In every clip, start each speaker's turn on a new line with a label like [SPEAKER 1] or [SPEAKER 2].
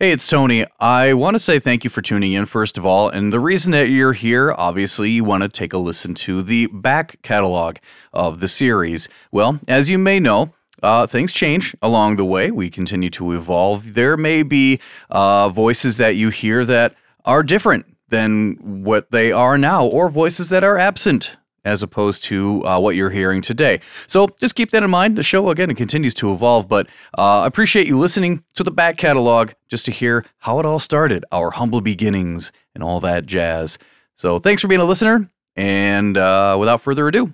[SPEAKER 1] Hey, it's Tony. I want to say thank you for tuning in, first of all. And the reason that you're here, obviously, you want to take a listen to the back catalog of the series. Well, as you may know, uh, things change along the way. We continue to evolve. There may be uh, voices that you hear that are different than what they are now, or voices that are absent as opposed to uh, what you're hearing today. So just keep that in mind. The show, again, it continues to evolve, but uh, I appreciate you listening to the back catalog just to hear how it all started, our humble beginnings, and all that jazz. So thanks for being a listener. And uh, without further ado,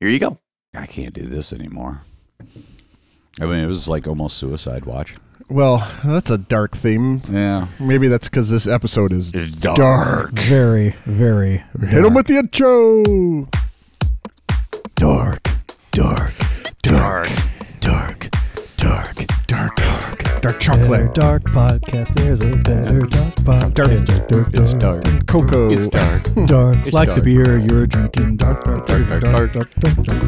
[SPEAKER 1] here you go.
[SPEAKER 2] I can't do this anymore. I mean, it was like almost suicide watch.
[SPEAKER 3] Well, that's a dark theme.
[SPEAKER 2] Yeah.
[SPEAKER 3] Maybe that's because this episode is
[SPEAKER 2] It's dark.
[SPEAKER 4] Very, very.
[SPEAKER 3] Hit him with the intro.
[SPEAKER 2] Dark. Dark. Dark. Dark. Dark.
[SPEAKER 3] Dark, dark, dark chocolate,
[SPEAKER 4] Better dark podcast. There's a better dark podcast. Dark, dark,
[SPEAKER 2] It's dark.
[SPEAKER 3] cocoa.
[SPEAKER 2] It's dark.
[SPEAKER 4] dark.
[SPEAKER 2] It's
[SPEAKER 4] like
[SPEAKER 2] dark.
[SPEAKER 4] the beer you're drinking. Dark, dark, dark, dark, dark, dark, dark, dark, dark,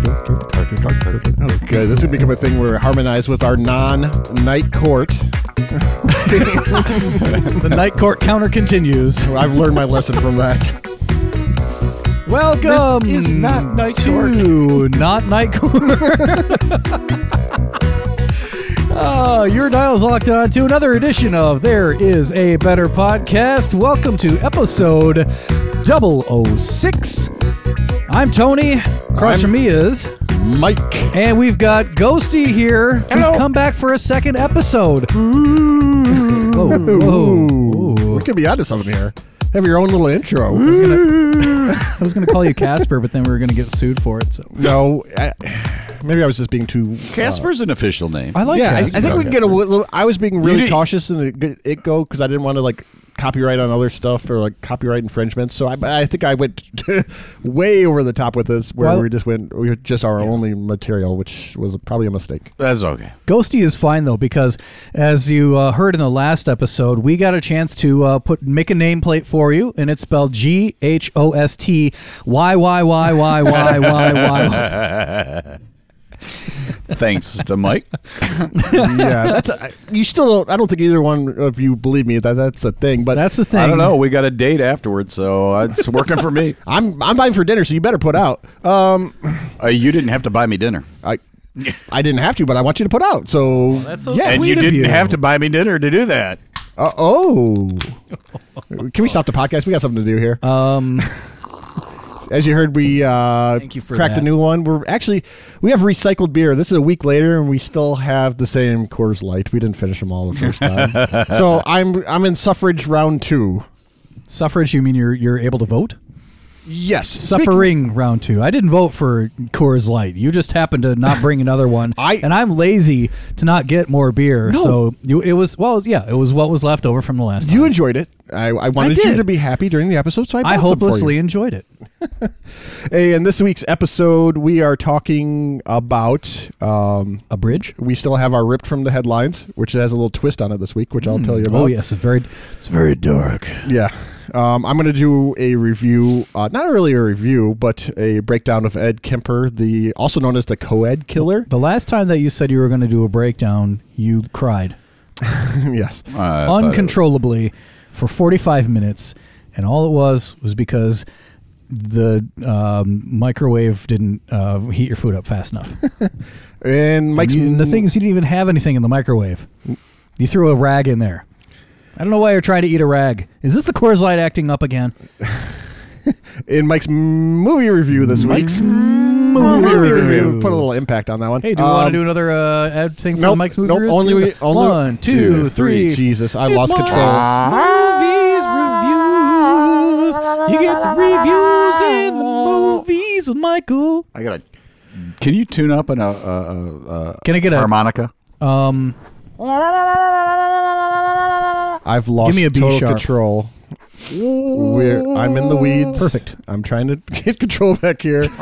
[SPEAKER 4] dark, dark, dark, dark.
[SPEAKER 3] Okay, Oh, this could become a thing where we harmonize with our non-night court.
[SPEAKER 4] The night court counter continues.
[SPEAKER 3] I've learned my lesson from that.
[SPEAKER 4] Welcome.
[SPEAKER 2] This is not night court.
[SPEAKER 4] to not night court. Uh, your dial's locked on to another edition of There Is a Better Podcast. Welcome to episode 006. I'm Tony. Across
[SPEAKER 3] I'm-
[SPEAKER 4] from me is,
[SPEAKER 3] Mike,
[SPEAKER 4] and we've got Ghosty here,
[SPEAKER 3] Hello.
[SPEAKER 4] who's come back for a second episode. Whoa, whoa, whoa.
[SPEAKER 3] we could be onto something here. Have your own little intro.
[SPEAKER 4] I was going to call you Casper, but then we were going to get sued for it. So
[SPEAKER 3] no, I, maybe I was just being too.
[SPEAKER 2] Casper's an official name.
[SPEAKER 4] I like
[SPEAKER 3] yeah, I, I
[SPEAKER 4] Casper.
[SPEAKER 3] think we can get a little. I was being really
[SPEAKER 2] did-
[SPEAKER 3] cautious in the get- it go because I didn't want to like copyright on other stuff or like copyright infringements. So I, but I think I went way over the top with this, where
[SPEAKER 4] Well-
[SPEAKER 3] we just went we were just our only material, which was probably a mistake.
[SPEAKER 2] That's okay.
[SPEAKER 4] Ghosty is fine though because, as you uh, heard in the last episode, we got a chance to uh, put make a nameplate for you, and it's spelled G H O S T Y Y Y Y Y Y Y.
[SPEAKER 2] Thanks to Mike.
[SPEAKER 3] yeah, that's a, you still. Don't, I don't think either one of you believe me that that's a thing, but
[SPEAKER 4] That's the thing.
[SPEAKER 2] I don't know. We got a date afterwards, so it's working for me.
[SPEAKER 3] I'm I'm buying for dinner, so you better put out. Um,
[SPEAKER 2] Uh, you didn't have to buy me dinner.
[SPEAKER 3] I. I didn't have to, but I want you to put out. So
[SPEAKER 4] that's so
[SPEAKER 3] yeah.
[SPEAKER 4] sweet.
[SPEAKER 2] And you
[SPEAKER 4] of
[SPEAKER 2] didn't
[SPEAKER 4] you.
[SPEAKER 2] have to buy me dinner to do that.
[SPEAKER 3] Uh, oh, can we stop the podcast? We got something to do here.
[SPEAKER 4] Um,
[SPEAKER 3] As you heard, we uh,
[SPEAKER 4] Thank you for
[SPEAKER 3] cracked
[SPEAKER 4] that.
[SPEAKER 3] a new one. We're actually we have recycled beer. This is a week later, and we still have the same Coors Light. We didn't finish them all the first time, so I'm I'm in suffrage round two.
[SPEAKER 4] suffrage? You mean you're you're able to vote?
[SPEAKER 3] Yes,
[SPEAKER 4] Suffering round two. I didn't vote for Coors Light. You just happened to not bring another one,
[SPEAKER 3] I-
[SPEAKER 4] and I'm lazy to not get more beer.
[SPEAKER 3] No.
[SPEAKER 4] So you, it was well, yeah, it was what was left over from the last.
[SPEAKER 3] Speaking- you
[SPEAKER 4] time.
[SPEAKER 3] enjoyed it. I, I wanted you
[SPEAKER 4] did.
[SPEAKER 3] to be happy during the episode, so I, bought
[SPEAKER 4] I
[SPEAKER 3] some
[SPEAKER 4] hopelessly enjoyed it.
[SPEAKER 3] For you. Hey, in this week's episode, we are talking about. Um,
[SPEAKER 4] A bridge.
[SPEAKER 3] we still have our ripped from the headlines, which has a little twist on it this week, which I'll tell you about.
[SPEAKER 4] Oh yes, it's very it's very dark.
[SPEAKER 3] Yeah. Um, I'm going to do a review, uh, not really a review, but a breakdown of Ed Kemper, the also known as the co-ed killer.
[SPEAKER 4] The last time that you said you were going to do a breakdown, you cried
[SPEAKER 3] yes.
[SPEAKER 2] Uh, I thought it-
[SPEAKER 4] uncontrollably for 45 minutes, and all it was was because the um, microwave didn't uh, heat your food up fast enough.
[SPEAKER 3] And Mike's
[SPEAKER 4] You- the thing is, you didn't even have anything in the microwave. You threw a rag in there. I don't know why you're trying to eat a rag. Is this the Coors Light acting up again?
[SPEAKER 3] in Mike's movie review this week.
[SPEAKER 4] Movie reviews.
[SPEAKER 3] Put a little impact on that one.
[SPEAKER 4] Hey, do you want
[SPEAKER 3] Um,
[SPEAKER 4] to do another uh, ad thing for
[SPEAKER 3] nope,
[SPEAKER 4] the Mike's movie?
[SPEAKER 3] nope,
[SPEAKER 4] reviews?
[SPEAKER 3] only we- only-
[SPEAKER 4] one, two, three.
[SPEAKER 3] Jesus, I
[SPEAKER 4] It's
[SPEAKER 3] lost control.
[SPEAKER 4] Movies reviews. You get the reviews and the movies with Michael.
[SPEAKER 2] I got. Can you tune up an, uh, uh, uh,
[SPEAKER 4] Can I get a
[SPEAKER 2] harmonica?
[SPEAKER 4] um?
[SPEAKER 3] I've lost
[SPEAKER 4] Give me a B
[SPEAKER 3] total
[SPEAKER 4] sharp.
[SPEAKER 3] control. We're, I'm in the weeds. Perfect. I'm trying to get control back here.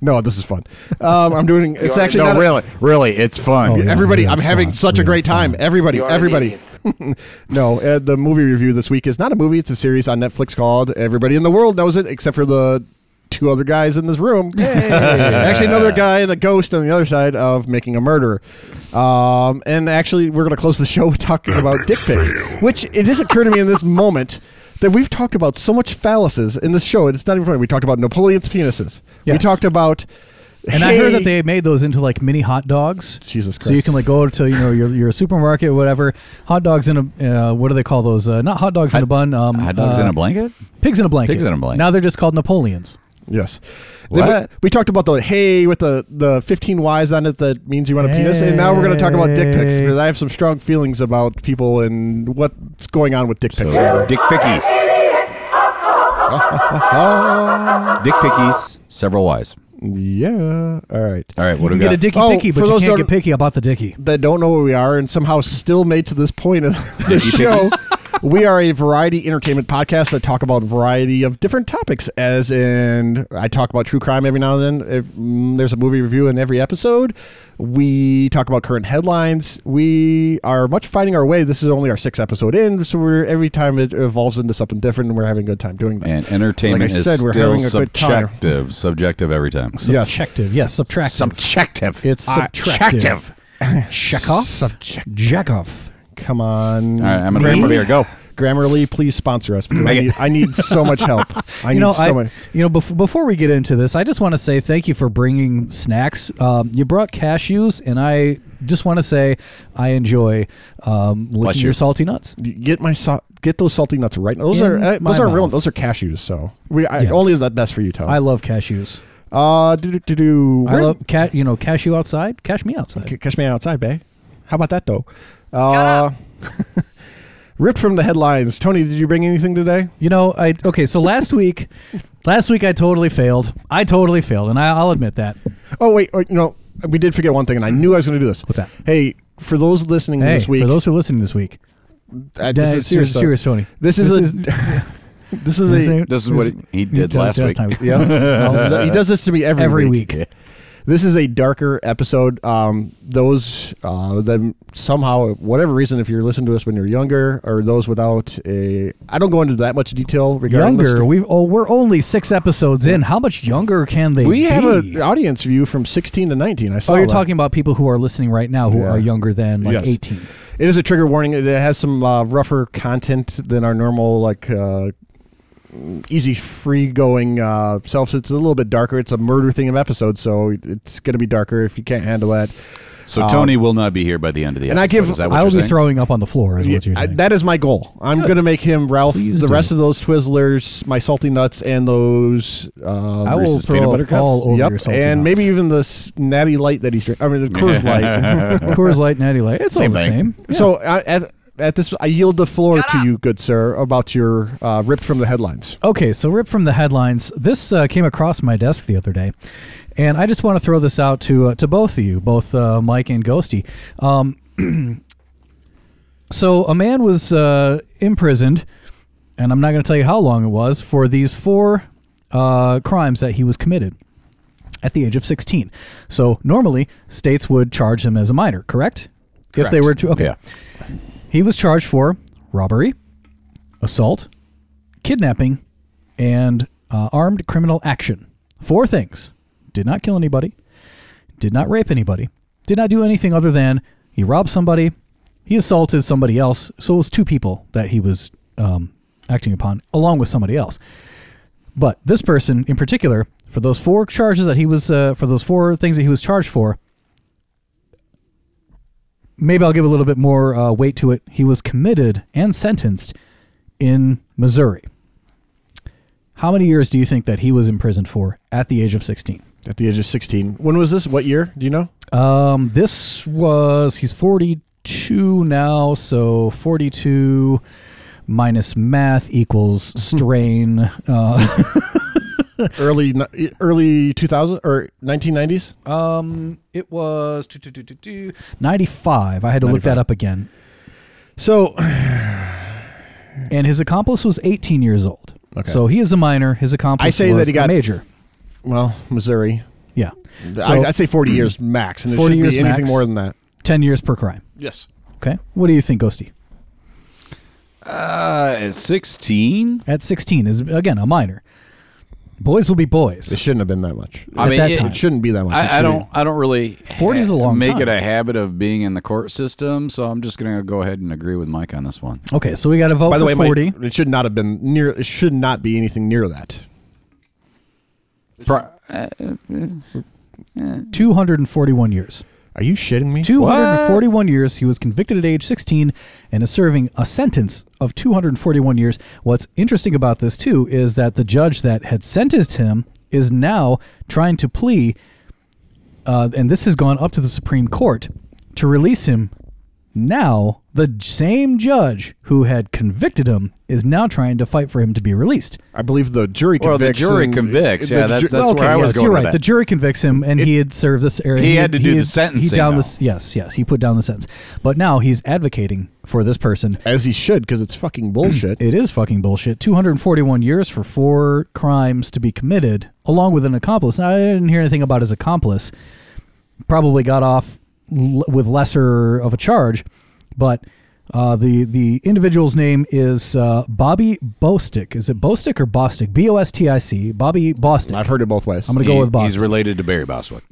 [SPEAKER 3] no, this is fun. Um, I'm doing. It's actually
[SPEAKER 2] no,
[SPEAKER 3] not a-
[SPEAKER 2] really, Oh, really, it's fun.
[SPEAKER 4] Oh, yeah.
[SPEAKER 3] everybody,
[SPEAKER 4] we
[SPEAKER 3] I'm
[SPEAKER 4] have
[SPEAKER 3] having
[SPEAKER 4] fun.
[SPEAKER 3] such
[SPEAKER 4] We
[SPEAKER 3] a
[SPEAKER 4] have
[SPEAKER 3] great time. Everybody,
[SPEAKER 5] You are an
[SPEAKER 3] everybody. no, uh, the movie review this week is not a movie. It's a series on Netflix called Everybody in the World Knows It, except for the two other guys in this room. actually, another guy and a ghost on the other side of making a murder. Um, and actually, we're going to close the show with talking about dick pics, which it just occurred to me in this moment that we've talked about so much phalluses in this show. It's not even funny. We talked about Napoleon's penises. We
[SPEAKER 4] Yes.
[SPEAKER 3] talked about.
[SPEAKER 4] And I
[SPEAKER 3] hey-
[SPEAKER 4] heard that they made those into like mini hot dogs.
[SPEAKER 3] Jesus
[SPEAKER 4] So you
[SPEAKER 3] Christ.
[SPEAKER 4] can like go to you know your, your supermarket or whatever. Hot dogs in a uh, what do they call those? Uh, not hot dogs in a bun. Um,
[SPEAKER 2] Hot dogs
[SPEAKER 4] uh,
[SPEAKER 2] in a blanket?
[SPEAKER 4] Pigs in a blanket.
[SPEAKER 2] Pigs in a blanket.
[SPEAKER 4] Now they're just called Napoleons.
[SPEAKER 3] Yes.
[SPEAKER 2] What?
[SPEAKER 3] Then we, we talked about the hey with the, the 15 Ys on it that means you want a penis. And now we're going to talk about dick pics
[SPEAKER 4] Hey.
[SPEAKER 3] because I have some strong feelings about people and what's going on with dick pics.
[SPEAKER 2] So dick pickies. dick pickies. Several Y's.
[SPEAKER 3] Ah, Yeah. All right.
[SPEAKER 2] All right, what do we
[SPEAKER 4] You get
[SPEAKER 2] got?
[SPEAKER 4] a dicky
[SPEAKER 3] Oh,
[SPEAKER 4] picky,
[SPEAKER 3] for
[SPEAKER 4] but you
[SPEAKER 3] those
[SPEAKER 4] can't
[SPEAKER 3] don't-
[SPEAKER 4] get picky about the dicky.
[SPEAKER 3] That don't know where we are and somehow still made to this point of the
[SPEAKER 2] Dicky
[SPEAKER 3] show.
[SPEAKER 2] pickies?
[SPEAKER 3] we are a variety entertainment podcast that talk about a variety of different topics. As in, I talk about true crime every now and then. If, mm, there's a movie review in every episode. We talk about current headlines. We are much fighting our way. This is only our sixth episode in, so we're every time it evolves into something different, and we're having a good time doing that.
[SPEAKER 2] And entertainment
[SPEAKER 3] Like I
[SPEAKER 2] is
[SPEAKER 3] said, we're
[SPEAKER 2] still
[SPEAKER 3] having a good time.
[SPEAKER 2] subjective. Subjective every time.
[SPEAKER 3] Yes.
[SPEAKER 4] Subjective. Yes. Subtractive.
[SPEAKER 2] Subjective. Ah,
[SPEAKER 4] it's subtractive. Check off. Jack off.
[SPEAKER 3] Come on,
[SPEAKER 2] All right, I'm gonna
[SPEAKER 3] Grammarly-
[SPEAKER 2] drink my beer. Go.
[SPEAKER 3] Grammarly, please sponsor us. because I
[SPEAKER 2] Make it.
[SPEAKER 3] need, I need so much help. I need
[SPEAKER 4] you know,
[SPEAKER 3] so
[SPEAKER 4] I,
[SPEAKER 3] much.
[SPEAKER 4] you know, bef- before we get into this, I just want to say thank you for bringing snacks. Um, you brought cashews, and I just want to say I enjoy um, licking
[SPEAKER 2] you.
[SPEAKER 4] your salty nuts.
[SPEAKER 3] get my sa- get those salty nuts right now. Those
[SPEAKER 4] In
[SPEAKER 3] are uh,
[SPEAKER 4] my
[SPEAKER 3] those are real.
[SPEAKER 4] mouth.
[SPEAKER 3] Those are cashews. So we I,
[SPEAKER 4] Yes.
[SPEAKER 3] only that best for you, Tom.
[SPEAKER 4] I love cashews.
[SPEAKER 3] uh, do do do do.
[SPEAKER 4] I love cat. You know, cashew outside, cash me outside.
[SPEAKER 3] C- catch me outside, bae. How about that though? Uh, ripped from the headlines. Tony, did you bring anything today?
[SPEAKER 4] You know, I okay. So last week, last week I totally failed. I totally failed, and I, I'll admit that.
[SPEAKER 3] Oh wait, wait no, we did forget one thing, and I knew I was going to do this.
[SPEAKER 4] What's that?
[SPEAKER 3] Hey, for those listening
[SPEAKER 4] Hey,
[SPEAKER 3] this week,
[SPEAKER 4] for those who are listening this week,
[SPEAKER 3] uh, this
[SPEAKER 4] uh,
[SPEAKER 3] is serious.
[SPEAKER 4] serious,
[SPEAKER 3] though.
[SPEAKER 4] serious, Tony.
[SPEAKER 3] This is a. this is
[SPEAKER 4] this
[SPEAKER 3] a.
[SPEAKER 4] ain't-
[SPEAKER 2] This is what he did
[SPEAKER 4] Yeah,
[SPEAKER 2] last week.
[SPEAKER 4] time.
[SPEAKER 3] Yeah, Well, he does this to me every
[SPEAKER 4] Every
[SPEAKER 3] week.
[SPEAKER 4] week.
[SPEAKER 3] this is a darker episode. Um, those uh, that somehow, whatever reason, if you're listening to us when you're younger, or those without a, I don't go into that much detail regarding this.
[SPEAKER 4] Younger, we oh, we're only six episodes in. How much younger can they?
[SPEAKER 3] We
[SPEAKER 4] be?
[SPEAKER 3] have an audience view from 16 to 19. I saw.
[SPEAKER 4] Oh, you're
[SPEAKER 3] that.
[SPEAKER 4] oh, talking about people who are listening right now who
[SPEAKER 3] Yeah.
[SPEAKER 4] are younger than like
[SPEAKER 3] Yes.
[SPEAKER 4] 18.
[SPEAKER 3] It is a trigger warning. It has some uh, rougher content than our normal like. Uh, Easy, free going uh, selves. It's a little bit darker. It's a murder theme episode, so it's going to be darker if you can't handle that.
[SPEAKER 2] So Tony will not be here by the end of the
[SPEAKER 3] and I
[SPEAKER 2] episode.
[SPEAKER 3] give-
[SPEAKER 2] is that what
[SPEAKER 4] I
[SPEAKER 2] you're
[SPEAKER 4] will be
[SPEAKER 2] saying?
[SPEAKER 4] throwing up on the floor. Is
[SPEAKER 3] Yeah,
[SPEAKER 4] what you're
[SPEAKER 3] I-
[SPEAKER 4] saying.
[SPEAKER 3] that is my goal. I'm going to make him Ralph,
[SPEAKER 4] Please
[SPEAKER 3] the
[SPEAKER 4] do.
[SPEAKER 3] rest of those Twizzlers, my salty nuts, and those. Um,
[SPEAKER 4] I will
[SPEAKER 2] Reese's peanut
[SPEAKER 4] throw
[SPEAKER 2] butter
[SPEAKER 4] up
[SPEAKER 2] cups?
[SPEAKER 4] all over
[SPEAKER 3] yep,
[SPEAKER 4] your salty
[SPEAKER 3] and
[SPEAKER 4] nuts.
[SPEAKER 3] maybe even the s- natty light that he's drinking. I mean, the Coors Light.
[SPEAKER 4] Coors Light, Natty Light. It's
[SPEAKER 2] Same
[SPEAKER 4] all the
[SPEAKER 2] thing.
[SPEAKER 4] same. Yeah.
[SPEAKER 3] So I, at, at this, I yield the floor to you, good sir, about your uh, ripped from the headlines.
[SPEAKER 4] Okay, so ripped from the headlines, this uh, came across my desk the other day, and I just want to throw this out to uh, to both of you, both uh, Mike and Ghosty. Um, so a man was uh, imprisoned, and I'm not going to tell you how long it was for these four uh, crimes that he was committed at the age of 16. So normally states would charge him as a minor, correct? If they
[SPEAKER 2] Correct.
[SPEAKER 4] were to okay,
[SPEAKER 2] Yeah.
[SPEAKER 4] he was charged for robbery, assault, kidnapping, and uh, armed criminal action. Four things. Did not kill anybody, did not rape anybody, did not do anything other than he robbed somebody, he assaulted somebody else. So it was two people that he was um, acting upon, along with somebody else. But this person in particular, for those four charges that he was, uh, for those four things that he was charged for, maybe I'll give a little bit more uh, weight to it. He was committed and sentenced in Missouri. How many years do you think that he was imprisoned for at the age of 16?
[SPEAKER 3] At the age of 16. When was this? What year? Do you know?
[SPEAKER 4] Um, this was, he's 42 now, so 42 minus math equals strain. Uh,
[SPEAKER 3] Early ni- early 2000 or 1990s?
[SPEAKER 4] um, it was 95. I had to look that up again.
[SPEAKER 3] So,
[SPEAKER 4] And his accomplice was 18 years old.
[SPEAKER 3] Okay.
[SPEAKER 4] So he is a minor. His accomplice
[SPEAKER 3] I say that
[SPEAKER 4] was
[SPEAKER 3] he got-
[SPEAKER 4] a major.
[SPEAKER 3] well, Missouri.
[SPEAKER 4] Yeah. So
[SPEAKER 3] I, I'd say 40 years max, and there
[SPEAKER 4] 40
[SPEAKER 3] shouldn't
[SPEAKER 4] years
[SPEAKER 3] be anything
[SPEAKER 4] max.
[SPEAKER 3] more than that.
[SPEAKER 4] 10 years per crime.
[SPEAKER 3] Yes.
[SPEAKER 4] Okay. What do you think, Ghosty?
[SPEAKER 2] Uh, 16?
[SPEAKER 4] At 16 is, again, a minor. Boys will be
[SPEAKER 3] It
[SPEAKER 4] boys.
[SPEAKER 3] shouldn't have been that much.
[SPEAKER 2] I mean,
[SPEAKER 4] that
[SPEAKER 2] it-
[SPEAKER 4] time.
[SPEAKER 3] It shouldn't be that much. It
[SPEAKER 2] I, I
[SPEAKER 3] should
[SPEAKER 2] don't. I don't really.
[SPEAKER 4] 40 is a long
[SPEAKER 2] Make
[SPEAKER 4] time.
[SPEAKER 2] it a habit of being in the court system, so I'm just gonna go ahead and agree with Mike on this one.
[SPEAKER 4] Okay, so we got to vote
[SPEAKER 3] By the
[SPEAKER 4] for
[SPEAKER 3] way, Mike,
[SPEAKER 4] 40.
[SPEAKER 3] it should not have been near. It should not be anything near that.
[SPEAKER 2] Pro-
[SPEAKER 4] 241 years.
[SPEAKER 3] Are you shitting me?
[SPEAKER 4] 241 years. He was convicted at age 16 and is serving a sentence of 241 years. What's interesting about this, too, is that the judge that had sentenced him is now trying to plea, uh, and this has gone up to the Supreme Court to release him. Now, the j- same judge who had convicted him is now trying to fight for him to be released.
[SPEAKER 3] I believe the jury.
[SPEAKER 2] Well, the
[SPEAKER 3] convicts
[SPEAKER 2] jury
[SPEAKER 3] and-
[SPEAKER 2] convicts.
[SPEAKER 3] the
[SPEAKER 2] Yeah, that's-
[SPEAKER 3] ju-
[SPEAKER 2] that's where I was
[SPEAKER 4] yes,
[SPEAKER 2] going
[SPEAKER 4] You're
[SPEAKER 2] with
[SPEAKER 4] right.
[SPEAKER 2] that.
[SPEAKER 4] The jury convicts him, and he had served this. Or
[SPEAKER 2] he had to do the
[SPEAKER 4] had- He
[SPEAKER 2] sentencing,
[SPEAKER 4] down
[SPEAKER 2] though.
[SPEAKER 4] this. Yes, yes. He put down the sentence, but now he's advocating for this person.
[SPEAKER 3] as he should because it's fucking bullshit.
[SPEAKER 4] It is fucking bullshit. 241 years for four crimes to be committed, along with an accomplice. Now, I didn't hear anything about his accomplice. Probably got off l- with lesser of a charge, but uh, the the individual's name is uh, Bobby Bostick. Is it Bostick or Bostick? B O S T I C. Bobby Bostick.
[SPEAKER 3] I've heard it both ways.
[SPEAKER 4] I'm gonna go
[SPEAKER 2] He-
[SPEAKER 4] with Bostick.
[SPEAKER 2] He's related to Barry Boswick.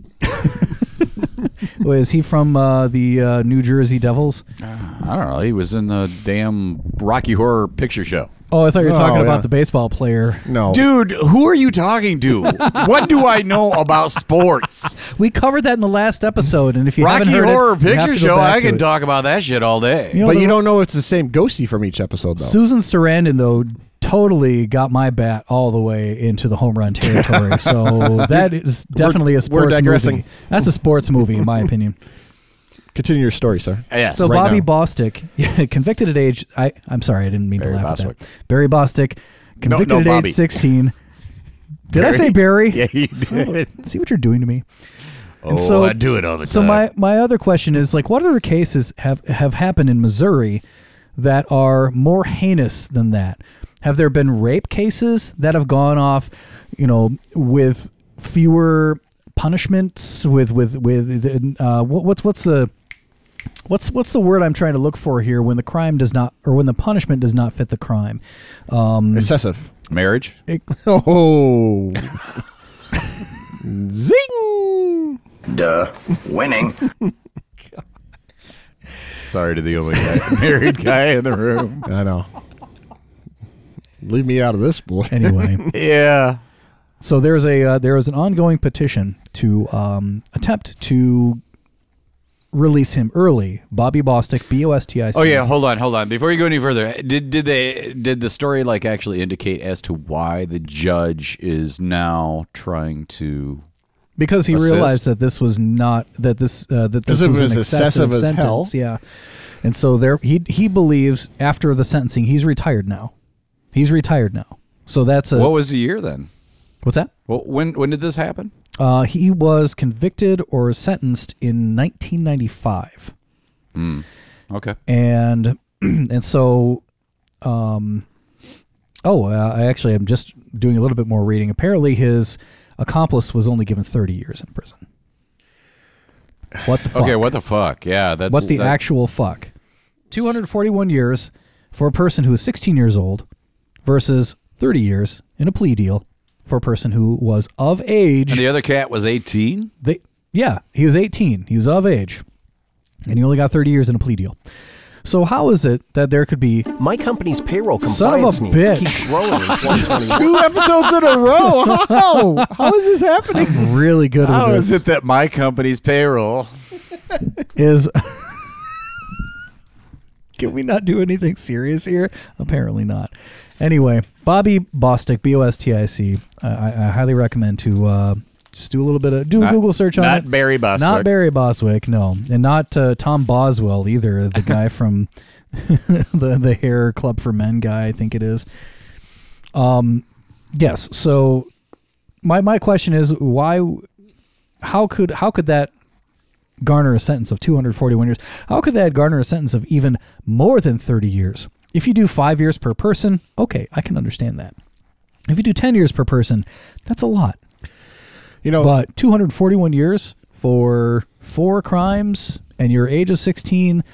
[SPEAKER 4] Well, is he from uh, the uh, New Jersey Devils?
[SPEAKER 2] I don't know. He was in the damn Rocky Horror Picture Show.
[SPEAKER 4] Oh, I thought you were
[SPEAKER 3] Oh,
[SPEAKER 4] talking
[SPEAKER 3] yeah.
[SPEAKER 4] about the baseball player.
[SPEAKER 3] no,
[SPEAKER 2] Dude, who are you talking to? what do I know about sports?
[SPEAKER 4] We covered that in the last episode, and if you
[SPEAKER 2] Rocky
[SPEAKER 4] haven't heard
[SPEAKER 2] Horror
[SPEAKER 4] it, you have
[SPEAKER 2] Picture
[SPEAKER 4] to go
[SPEAKER 2] Show.
[SPEAKER 4] back
[SPEAKER 2] I
[SPEAKER 4] to
[SPEAKER 2] can
[SPEAKER 4] it.
[SPEAKER 2] talk about that shit all day.
[SPEAKER 4] You know,
[SPEAKER 3] but
[SPEAKER 4] the-
[SPEAKER 3] you don't know it's the same ghosty from each episode though.
[SPEAKER 4] Susan Sarandon though totally got my bat all the way into the home run territory. so that is definitely a
[SPEAKER 3] we're
[SPEAKER 4] sports
[SPEAKER 3] digressing.
[SPEAKER 4] movie. That's a sports movie in my opinion.
[SPEAKER 3] Continue your story, sir.
[SPEAKER 2] Uh, Yes.
[SPEAKER 4] So
[SPEAKER 3] Right
[SPEAKER 4] Bobby
[SPEAKER 3] now.
[SPEAKER 4] Bostick, yeah, convicted at age I I'm sorry, I didn't mean
[SPEAKER 2] Barry
[SPEAKER 4] to laugh at
[SPEAKER 2] Bostwick.
[SPEAKER 4] that. Barry Bostick, convicted
[SPEAKER 2] no,
[SPEAKER 4] at
[SPEAKER 2] Bobby.
[SPEAKER 4] age 16. Did I say Barry?
[SPEAKER 2] Yeah, you
[SPEAKER 4] So-
[SPEAKER 2] did.
[SPEAKER 4] see what you're doing to me.
[SPEAKER 2] oh, I do it all the
[SPEAKER 4] so
[SPEAKER 2] time.
[SPEAKER 4] my my other question is like, what other cases have have happened in Missouri that are more heinous than that? Have there been rape cases that have gone off, you know, with fewer punishments? With with with uh, what, what's what's the what's what's the word I'm trying to look for here when the crime does not or when the punishment does not fit the crime? Um,
[SPEAKER 3] Excessive.
[SPEAKER 2] marriage.
[SPEAKER 3] Oh, zing!
[SPEAKER 5] Duh. Winning.
[SPEAKER 2] Sorry to the only guy, married guy in the room.
[SPEAKER 3] I know. Leave me out of this, boy.
[SPEAKER 4] anyway.
[SPEAKER 2] Yeah.
[SPEAKER 4] So there's a uh, there is an ongoing petition to um, attempt to release him early. Bobby Bostic, B O S T I C.
[SPEAKER 2] Oh yeah. Hold on. Hold on. Before you go any further, did did they did the story like actually indicate as to why the judge is now trying to?
[SPEAKER 4] because he
[SPEAKER 2] Assist.
[SPEAKER 4] realized that this was not that this uh, that
[SPEAKER 3] Because
[SPEAKER 4] this
[SPEAKER 3] it
[SPEAKER 4] was,
[SPEAKER 3] was
[SPEAKER 4] an excessive,
[SPEAKER 3] excessive as
[SPEAKER 4] sentence.
[SPEAKER 3] hell.
[SPEAKER 4] Yeah, and so there he he believes after the sentencing he's retired now. He's retired now. So that's a
[SPEAKER 2] What was the year then?
[SPEAKER 4] what's that?
[SPEAKER 2] Well, when when did this happen?
[SPEAKER 4] Uh, he was convicted or sentenced in 1995.
[SPEAKER 2] Okay.
[SPEAKER 4] and and so um oh uh, i actually am just doing a little bit more reading apparently his accomplice was only given 30 years in prison what the fuck
[SPEAKER 2] Okay. What the fuck? Yeah. That's
[SPEAKER 4] what the
[SPEAKER 2] that-
[SPEAKER 4] actual fuck 241 years for a person who is 16 years old versus 30 years in a plea deal for a person who was of age
[SPEAKER 2] And the other cat was eighteen.
[SPEAKER 4] they yeah he was 18 he was of age and he only got 30 years in a plea deal so how is it that there could be
[SPEAKER 6] My company's payroll
[SPEAKER 4] Son of a
[SPEAKER 6] compliance needs
[SPEAKER 4] bitch.
[SPEAKER 6] keep growing in 2021.
[SPEAKER 3] Two episodes in a row. How? How is this happening?
[SPEAKER 4] really good at this is,
[SPEAKER 2] that my company's payroll?
[SPEAKER 4] can we not do anything serious here apparently not anyway bobby bostic b-o-s-t-i-c i, I, I highly recommend to uh, just do a little bit of do a
[SPEAKER 2] Not-
[SPEAKER 4] google search on
[SPEAKER 2] not
[SPEAKER 4] it.
[SPEAKER 2] Barry Bostwick.
[SPEAKER 4] not barry boswick no and not uh, tom boswell either the guy from the, the hair club for men guy i think it is Um, Yes. So my my question is why how could how could that garner a sentence of 241 years? How could that garner a sentence of even more than 30 years? If you do 5 years per person, okay, I can understand that. If you do 10 years per person, that's a lot.
[SPEAKER 3] You know,
[SPEAKER 4] But 241 years for four crimes and your age of 16,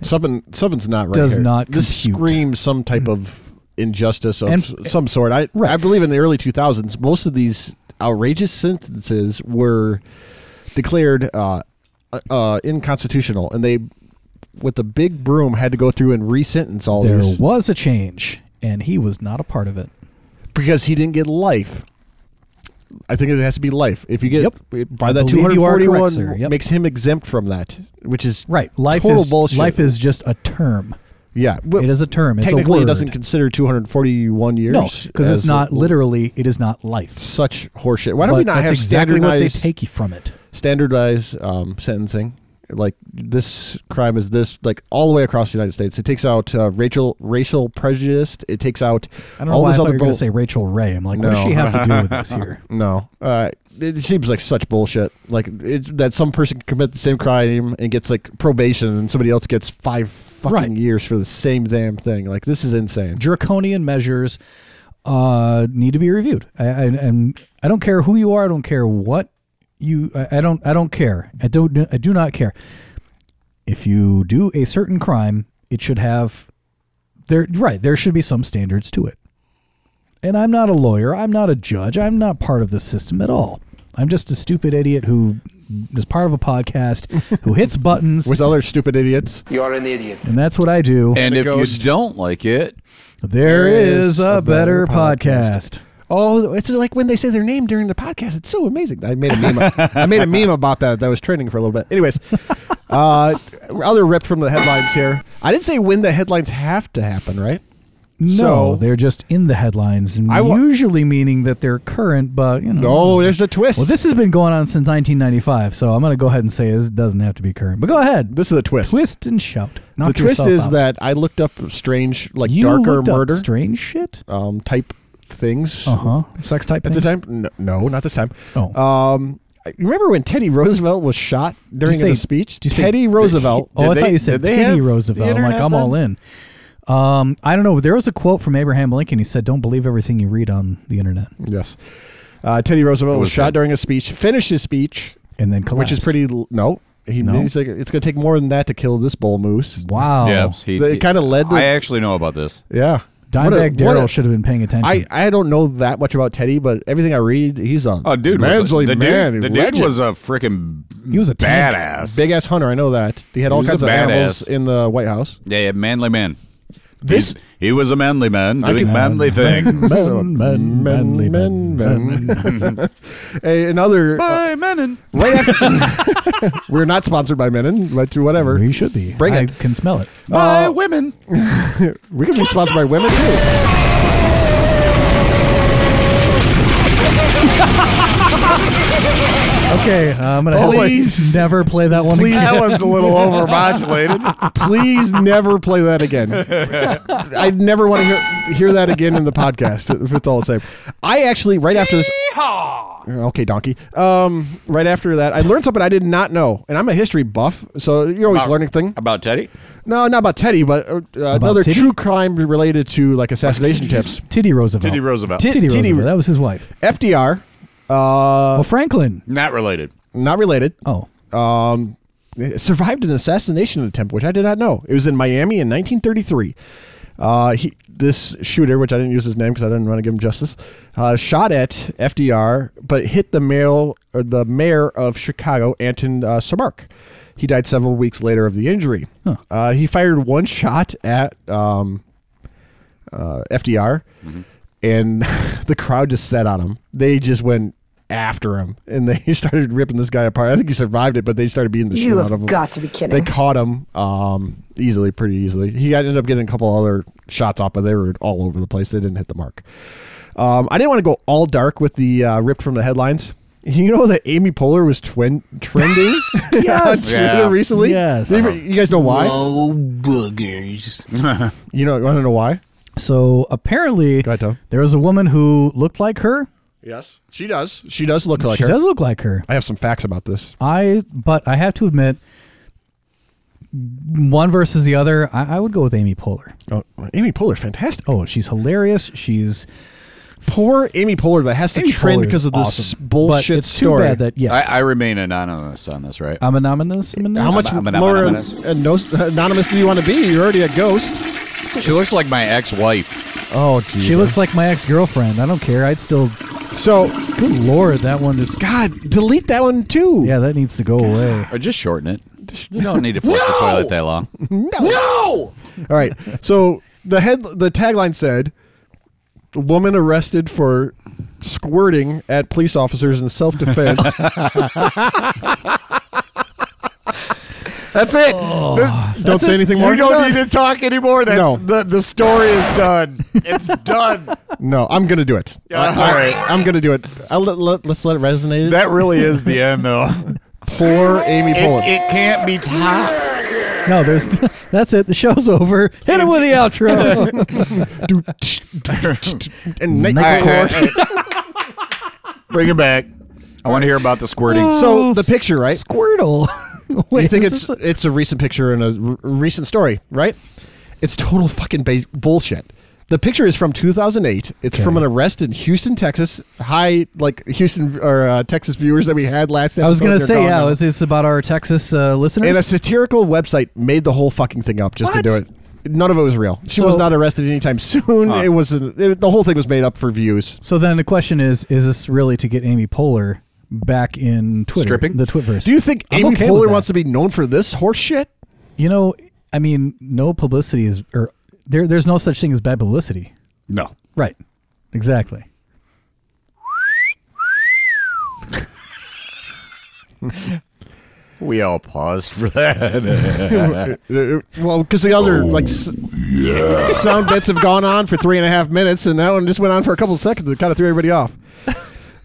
[SPEAKER 3] something something's not right.
[SPEAKER 4] Does
[SPEAKER 3] here.
[SPEAKER 4] not
[SPEAKER 3] This
[SPEAKER 4] compute. Mm-hmm.
[SPEAKER 3] screams some type of injustice of
[SPEAKER 4] And-
[SPEAKER 3] s- some sort. I
[SPEAKER 4] Right.
[SPEAKER 3] I believe in the early 2000s, most of these outrageous sentences were declared uh, uh, uh, inconstitutional, and they, with the big broom, had to go through and resentence all
[SPEAKER 4] There
[SPEAKER 3] these
[SPEAKER 4] was a change, and he was not a part of it.
[SPEAKER 3] because he didn't get life. I think it has to be life. If you get
[SPEAKER 4] Yep.
[SPEAKER 3] by
[SPEAKER 4] I
[SPEAKER 3] that
[SPEAKER 4] believe you are correct,
[SPEAKER 3] 241,
[SPEAKER 4] sir. Yep.
[SPEAKER 3] makes him exempt from that, which is
[SPEAKER 4] Right. Life
[SPEAKER 3] total
[SPEAKER 4] is
[SPEAKER 3] bullshit.
[SPEAKER 4] life is just a term.
[SPEAKER 3] yeah, but
[SPEAKER 4] It is a term. It's a
[SPEAKER 3] technically, it doesn't
[SPEAKER 4] word.
[SPEAKER 3] consider 241 years.
[SPEAKER 4] No, because
[SPEAKER 3] as
[SPEAKER 4] it's
[SPEAKER 3] a-
[SPEAKER 4] not literally. It is not life.
[SPEAKER 3] such horseshit. Why don't
[SPEAKER 4] But
[SPEAKER 3] we not
[SPEAKER 4] that's
[SPEAKER 3] have
[SPEAKER 4] exactly what they
[SPEAKER 3] standardized
[SPEAKER 4] take you from it.
[SPEAKER 3] standardized um, sentencing? Like this crime is this like all the way across the United States. It takes out uh, racial racial prejudice. It takes out
[SPEAKER 4] I don't know
[SPEAKER 3] all
[SPEAKER 4] why I
[SPEAKER 3] this
[SPEAKER 4] thought you
[SPEAKER 3] other
[SPEAKER 4] were going
[SPEAKER 3] bull-
[SPEAKER 4] to say Rachel Ray. I'm like, what
[SPEAKER 3] No.
[SPEAKER 4] does she have to do with this here?
[SPEAKER 3] no. Uh, it seems like such bullshit. Like it, that some person can commit the same crime and gets like probation, and somebody else gets five fucking
[SPEAKER 4] Right.
[SPEAKER 3] years for the same damn thing. Like this is insane.
[SPEAKER 4] Draconian measures uh, need to be reviewed. I, I, and I don't care who you are. I don't care what you. I, I don't. I don't care. I don't. I do not care. If you do a certain crime, it should have. There, right. There should be some standards to it. And I'm not a lawyer. I'm not a judge. I'm not part of the system at all. I'm just a stupid idiot who is part of a podcast who hits buttons,
[SPEAKER 3] With other stupid idiots.
[SPEAKER 7] You're an idiot.
[SPEAKER 4] and that's what I do.
[SPEAKER 2] And if
[SPEAKER 3] ghost.
[SPEAKER 2] you don't like it,
[SPEAKER 4] there is a better podcast.
[SPEAKER 3] Oh, it's like when they say their name during the podcast. It's so amazing. I made a meme. I made a meme about that. That was trending for a little bit. Anyways, uh, other ripped from the headlines here. I didn't say when the headlines have to happen, right? So-
[SPEAKER 4] No, they're just in the headlines, and
[SPEAKER 3] I wa-
[SPEAKER 4] usually meaning that they're current. But you know,
[SPEAKER 3] No, there's a twist.
[SPEAKER 4] well, this has been going on since 1995, so I'm going to go ahead and say this doesn't have to be current. But go ahead,
[SPEAKER 3] this is a twist.
[SPEAKER 4] twist and shout.
[SPEAKER 3] the
[SPEAKER 4] Knock
[SPEAKER 3] twist
[SPEAKER 4] yourself
[SPEAKER 3] is
[SPEAKER 4] out.
[SPEAKER 3] that I looked up strange, like
[SPEAKER 4] you
[SPEAKER 3] darker
[SPEAKER 4] looked up
[SPEAKER 3] murder
[SPEAKER 4] strange shit.
[SPEAKER 3] um, type things.
[SPEAKER 4] Uh huh. Sex type
[SPEAKER 3] At the
[SPEAKER 4] things?
[SPEAKER 3] time, no, no, not this time.
[SPEAKER 4] Oh.
[SPEAKER 3] Um, I- remember when Teddy Roosevelt was shot during
[SPEAKER 4] say-
[SPEAKER 3] the speech?
[SPEAKER 4] did you say-
[SPEAKER 3] Teddy Roosevelt.
[SPEAKER 4] Oh, I
[SPEAKER 2] Did
[SPEAKER 4] thought
[SPEAKER 2] they-
[SPEAKER 4] you said
[SPEAKER 2] did they
[SPEAKER 4] Teddy
[SPEAKER 2] have
[SPEAKER 4] Roosevelt.
[SPEAKER 2] the
[SPEAKER 4] I'm like,
[SPEAKER 2] internet
[SPEAKER 4] I'm all in. Um, I don't know. There was a quote from Abraham Lincoln. He said, "Don't believe everything you read on the internet,"
[SPEAKER 3] Yes. Uh, Teddy Roosevelt was
[SPEAKER 2] was
[SPEAKER 3] shot
[SPEAKER 2] good.
[SPEAKER 3] during a speech, finished his speech,
[SPEAKER 4] and then
[SPEAKER 3] which
[SPEAKER 4] collapsed.
[SPEAKER 3] is pretty. l- No, he,
[SPEAKER 4] No?
[SPEAKER 3] he's like, it's going to take more than that to kill this bull moose.
[SPEAKER 4] wow.
[SPEAKER 2] yeah, he,
[SPEAKER 3] They kinda led the-
[SPEAKER 2] I actually know about this.
[SPEAKER 3] Yeah. What a-
[SPEAKER 4] Dimebag
[SPEAKER 3] what a-
[SPEAKER 4] Daryl should have been paying attention.
[SPEAKER 3] I, I don't know that much about Teddy, but everything I read, he's a
[SPEAKER 2] Oh, dude, was,
[SPEAKER 3] manly
[SPEAKER 2] the dude,
[SPEAKER 3] man.
[SPEAKER 2] the dude
[SPEAKER 3] legend.
[SPEAKER 2] was a freaking
[SPEAKER 4] He was a tank.
[SPEAKER 2] badass.
[SPEAKER 3] big ass hunter. I know that he had all
[SPEAKER 2] was
[SPEAKER 3] kinds
[SPEAKER 2] a
[SPEAKER 3] of animals
[SPEAKER 2] badass.
[SPEAKER 3] in the White House.
[SPEAKER 2] yeah, yeah, manly man.
[SPEAKER 3] This-
[SPEAKER 2] He's- he was a manly man
[SPEAKER 3] I
[SPEAKER 2] doing
[SPEAKER 3] can-
[SPEAKER 2] manly things.
[SPEAKER 3] Men, men,
[SPEAKER 4] manly
[SPEAKER 3] men, men, men. A- Another uh,
[SPEAKER 2] Bye, Menon.
[SPEAKER 3] right after we're not sponsored by Menon, but whatever.
[SPEAKER 4] We should be.
[SPEAKER 3] Bring
[SPEAKER 4] I
[SPEAKER 3] it.
[SPEAKER 4] can smell it.
[SPEAKER 2] Bye, women.
[SPEAKER 3] We can be sponsored by women too.
[SPEAKER 4] Okay, uh, I'm gonna have to
[SPEAKER 3] Please.
[SPEAKER 4] never play that one again.
[SPEAKER 2] That one's a little overmodulated.
[SPEAKER 3] Please never play that again. I never want to hear, hear that again in the podcast. If it's all the same, I actually right after this. Okay, donkey. Um, right after that, I learned something I did not know, and I'm a history buff, so you're always learning thing.
[SPEAKER 2] About Teddy?
[SPEAKER 3] No, not about Teddy, but uh, another
[SPEAKER 4] Teddy?
[SPEAKER 3] true crime related to like assassination tips.
[SPEAKER 4] Titty Roosevelt.
[SPEAKER 2] Titty Roosevelt.
[SPEAKER 4] Titty,
[SPEAKER 3] Titty
[SPEAKER 4] Roosevelt.
[SPEAKER 3] Ro-
[SPEAKER 4] That was his wife.
[SPEAKER 3] FDR,
[SPEAKER 4] well, Franklin.
[SPEAKER 2] Not related.
[SPEAKER 3] not related, um,
[SPEAKER 4] Oh,
[SPEAKER 3] survived an assassination attempt, which I did not know. It was in Miami in 1933. Uh, he, this shooter, which I didn't use his name because I didn't want to give him justice, uh, shot at FDR, but hit the mayor, or the mayor of Chicago, Anton uh, Samark. He died several weeks later of the injury. Uh, he fired one shot at um, uh, FDR, and the crowd just set on him. They just went after him, and they started ripping this guy apart. I think he survived it, but they started beating the shit
[SPEAKER 8] You
[SPEAKER 3] out of him.
[SPEAKER 8] have got to be
[SPEAKER 3] They
[SPEAKER 8] kidding.
[SPEAKER 3] caught him um, easily, pretty easily. He got, ended up getting a couple other shots off, but they were all over the place. They didn't hit the mark. Um, I didn't want to go all dark with the uh, ripped from the headlines. You know that Amy Poehler was twin- trending yes. on Twitter
[SPEAKER 2] Yeah.
[SPEAKER 3] recently.
[SPEAKER 4] Yes.
[SPEAKER 3] you, you guys know why?
[SPEAKER 7] Oh, boogers.
[SPEAKER 3] You know, you want to know why?
[SPEAKER 4] so apparently
[SPEAKER 3] Go ahead, Tom.
[SPEAKER 4] there was a woman who looked like her.
[SPEAKER 3] Yes, she does. She does look like
[SPEAKER 4] she
[SPEAKER 3] her.
[SPEAKER 4] does look like her.
[SPEAKER 3] I have some facts about this.
[SPEAKER 4] I, but I have to admit, one versus the other, I, I would go with Amy Poehler.
[SPEAKER 3] Oh, Amy Poehler, fantastic.
[SPEAKER 4] Oh, she's hilarious. She's
[SPEAKER 3] Poor Amy Poehler that has to
[SPEAKER 4] Amy
[SPEAKER 3] trend
[SPEAKER 4] Poehler's
[SPEAKER 3] because of this
[SPEAKER 4] awesome.
[SPEAKER 3] bullshit
[SPEAKER 4] but it's
[SPEAKER 3] story.
[SPEAKER 4] Too bad that yes,
[SPEAKER 2] I, I remain anonymous on this, right?
[SPEAKER 4] I'm anonymous. anonymous?
[SPEAKER 3] How much
[SPEAKER 2] I'm an
[SPEAKER 3] more
[SPEAKER 2] anonymous.
[SPEAKER 3] ano- anonymous do you want to be? You're already a ghost.
[SPEAKER 2] she looks like my ex-wife.
[SPEAKER 3] Oh, Jesus.
[SPEAKER 4] She looks like my ex girlfriend. I don't care. I'd still.
[SPEAKER 3] so.
[SPEAKER 4] Good lord, that one just.
[SPEAKER 3] God, delete that one too.
[SPEAKER 4] Yeah, that needs to go away.
[SPEAKER 2] Or just shorten it. You don't need to flush the toilet that long.
[SPEAKER 3] All right. So the head the tagline said woman arrested for squirting at police officers in self-defense.
[SPEAKER 8] That's it. This-
[SPEAKER 3] Don't say anything more.
[SPEAKER 8] you don't need to talk anymore. That's
[SPEAKER 3] Oh. No.
[SPEAKER 8] the the story is done. It's done.
[SPEAKER 3] No, I'm going to do it.
[SPEAKER 8] All right.
[SPEAKER 3] I'm going to do it. I'll let, let, let's let it resonate.
[SPEAKER 8] That really is the end, though.
[SPEAKER 3] Poor Amy Poehler.
[SPEAKER 8] It, it can't be topped.
[SPEAKER 4] No, there's. That's it. The show's over. Hit it with the outro.
[SPEAKER 3] and
[SPEAKER 8] All right,
[SPEAKER 3] Nike
[SPEAKER 8] all right, all right. Bring it back. I want to hear about the squirting.
[SPEAKER 3] So the picture, right?
[SPEAKER 4] Squirtle. Wait,
[SPEAKER 3] you think
[SPEAKER 4] is
[SPEAKER 3] it's
[SPEAKER 4] this a-
[SPEAKER 3] it's a recent picture and a r- recent story, right? It's total fucking ba- bullshit. The picture is from 2008. It's from an arrest in Houston, Texas. Hi, like Houston or uh, Texas viewers that we had last.
[SPEAKER 4] I was
[SPEAKER 3] episode,
[SPEAKER 4] gonna
[SPEAKER 3] they're
[SPEAKER 4] say,
[SPEAKER 3] gone
[SPEAKER 4] yeah,
[SPEAKER 3] now.
[SPEAKER 4] is this about our Texas uh, listeners?
[SPEAKER 3] and a satirical website made the whole fucking thing up just to
[SPEAKER 4] What?
[SPEAKER 3] do it. None of it was real. She was
[SPEAKER 4] So-
[SPEAKER 3] not arrested anytime soon. It was it, the whole thing was made up for views.
[SPEAKER 4] so then the question is: Is this really to get Amy Poehler back in Twitter?
[SPEAKER 2] Stripping?
[SPEAKER 4] the Twitverse.
[SPEAKER 3] Do you think
[SPEAKER 4] I'm
[SPEAKER 3] Amy
[SPEAKER 4] okay with
[SPEAKER 3] Poehler
[SPEAKER 4] that.
[SPEAKER 3] wants to be known for this horse shit?
[SPEAKER 4] You know, I mean, no publicity is, or there, there's no such thing as bad publicity.
[SPEAKER 2] No.
[SPEAKER 4] Right. Exactly.
[SPEAKER 8] we all paused for that.
[SPEAKER 3] Uh, well, because the other like s- sound bits have gone on for three and a half minutes, and that one just went on for a couple of seconds. It kind of threw everybody off.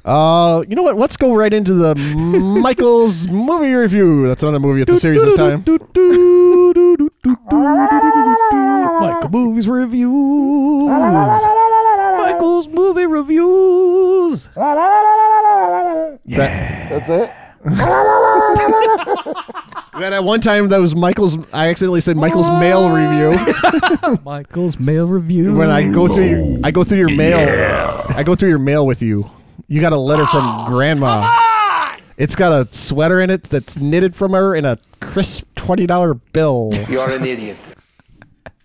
[SPEAKER 3] Uh, you know what? Let's go right into the Michael's movie review. That's not a movie; it's a series this time.
[SPEAKER 4] Michael movies reviews. Michael's movie reviews.
[SPEAKER 3] That at one time that was Michael's. I accidentally said Michael's mail review.
[SPEAKER 4] Michael's mail review.
[SPEAKER 3] when I go through, your, I go through your mail. I go through your mail with you. You got a letter from Grandma. It's got a sweater in it that's knitted from her and a crisp twenty dollar bill.
[SPEAKER 7] You're an idiot.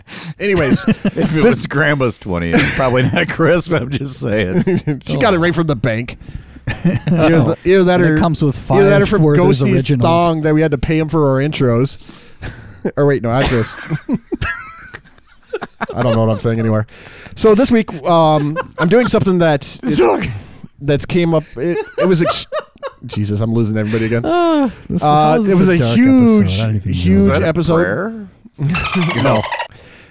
[SPEAKER 3] Anyways,
[SPEAKER 8] if it was Grandma's twenty, it's probably not crisp. I'm just saying.
[SPEAKER 3] she got it right from the bank. Either, th- either that
[SPEAKER 4] And it
[SPEAKER 3] or
[SPEAKER 4] Oh. comes with
[SPEAKER 3] either that
[SPEAKER 4] five
[SPEAKER 3] or from
[SPEAKER 4] Werther's
[SPEAKER 3] Ghosty's
[SPEAKER 4] originals.
[SPEAKER 3] thong that we had to pay him for our intros. or wait, no outros. I don't know what I'm saying anymore. So this week, um, I'm doing something that is- that's came up. It, it was ex- Jesus. I'm losing everybody again.
[SPEAKER 4] Oh, This- how
[SPEAKER 3] Uh,
[SPEAKER 4] is
[SPEAKER 3] it
[SPEAKER 4] this
[SPEAKER 3] was a
[SPEAKER 4] dark
[SPEAKER 3] huge,
[SPEAKER 4] episode? I don't even know.
[SPEAKER 3] huge
[SPEAKER 8] Is that a
[SPEAKER 3] episode.
[SPEAKER 8] prayer?
[SPEAKER 3] No.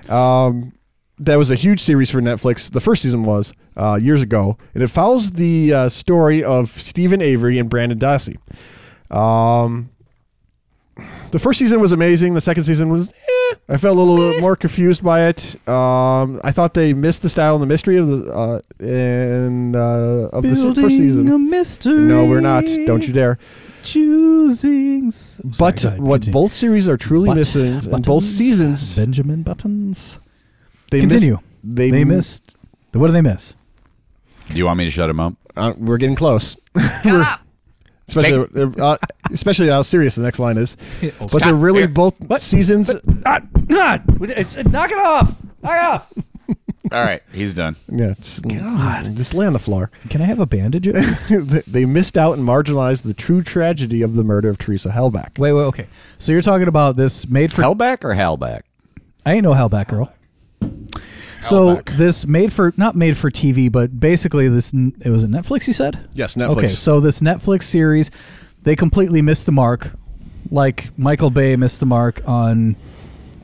[SPEAKER 3] Um, that was a huge series for Netflix. The first season was uh, years ago, and it follows the uh, story of Stephen Avery and Brandon Dassey. Um, the first season was amazing. The second season was, eh, I felt a little more confused by it. Um, I thought they missed the style and the mystery of the uh, and uh, of the se- first
[SPEAKER 4] Building a
[SPEAKER 3] season.
[SPEAKER 4] mystery.
[SPEAKER 3] No, we're not. Don't you dare.
[SPEAKER 4] Choosing. s- Sorry,
[SPEAKER 3] But
[SPEAKER 4] go ahead,
[SPEAKER 3] what
[SPEAKER 4] continue.
[SPEAKER 3] both series are truly
[SPEAKER 4] But-
[SPEAKER 3] missing, and both
[SPEAKER 4] Buttons,
[SPEAKER 3] seasons
[SPEAKER 4] Benjamin Buttons.
[SPEAKER 3] they
[SPEAKER 4] Continue.
[SPEAKER 3] Miss, they,
[SPEAKER 4] They
[SPEAKER 3] m-
[SPEAKER 4] missed. What do they miss?
[SPEAKER 2] Do you want me to shut him up?
[SPEAKER 3] Uh, we're getting close. We're- especially, uh, especially how serious the next line is. but they're really both seasons.
[SPEAKER 4] Uh, knock it off. Knock it off.
[SPEAKER 8] All right, he's done.
[SPEAKER 3] yeah, just, God, just lay on the floor.
[SPEAKER 4] Can I have a bandage? At least?
[SPEAKER 3] They- they missed out and marginalized the true tragedy of the murder of Teresa Hellback.
[SPEAKER 4] wait, wait, okay. So you're talking about this made for
[SPEAKER 2] Hellback or Halback?
[SPEAKER 4] I ain't no Hellback girl. So this made for not made for TV, but basically this n- it was a Netflix. You said
[SPEAKER 3] Yes, Netflix.
[SPEAKER 4] Okay, so this Netflix series, they completely missed the mark, like Michael Bay missed the mark on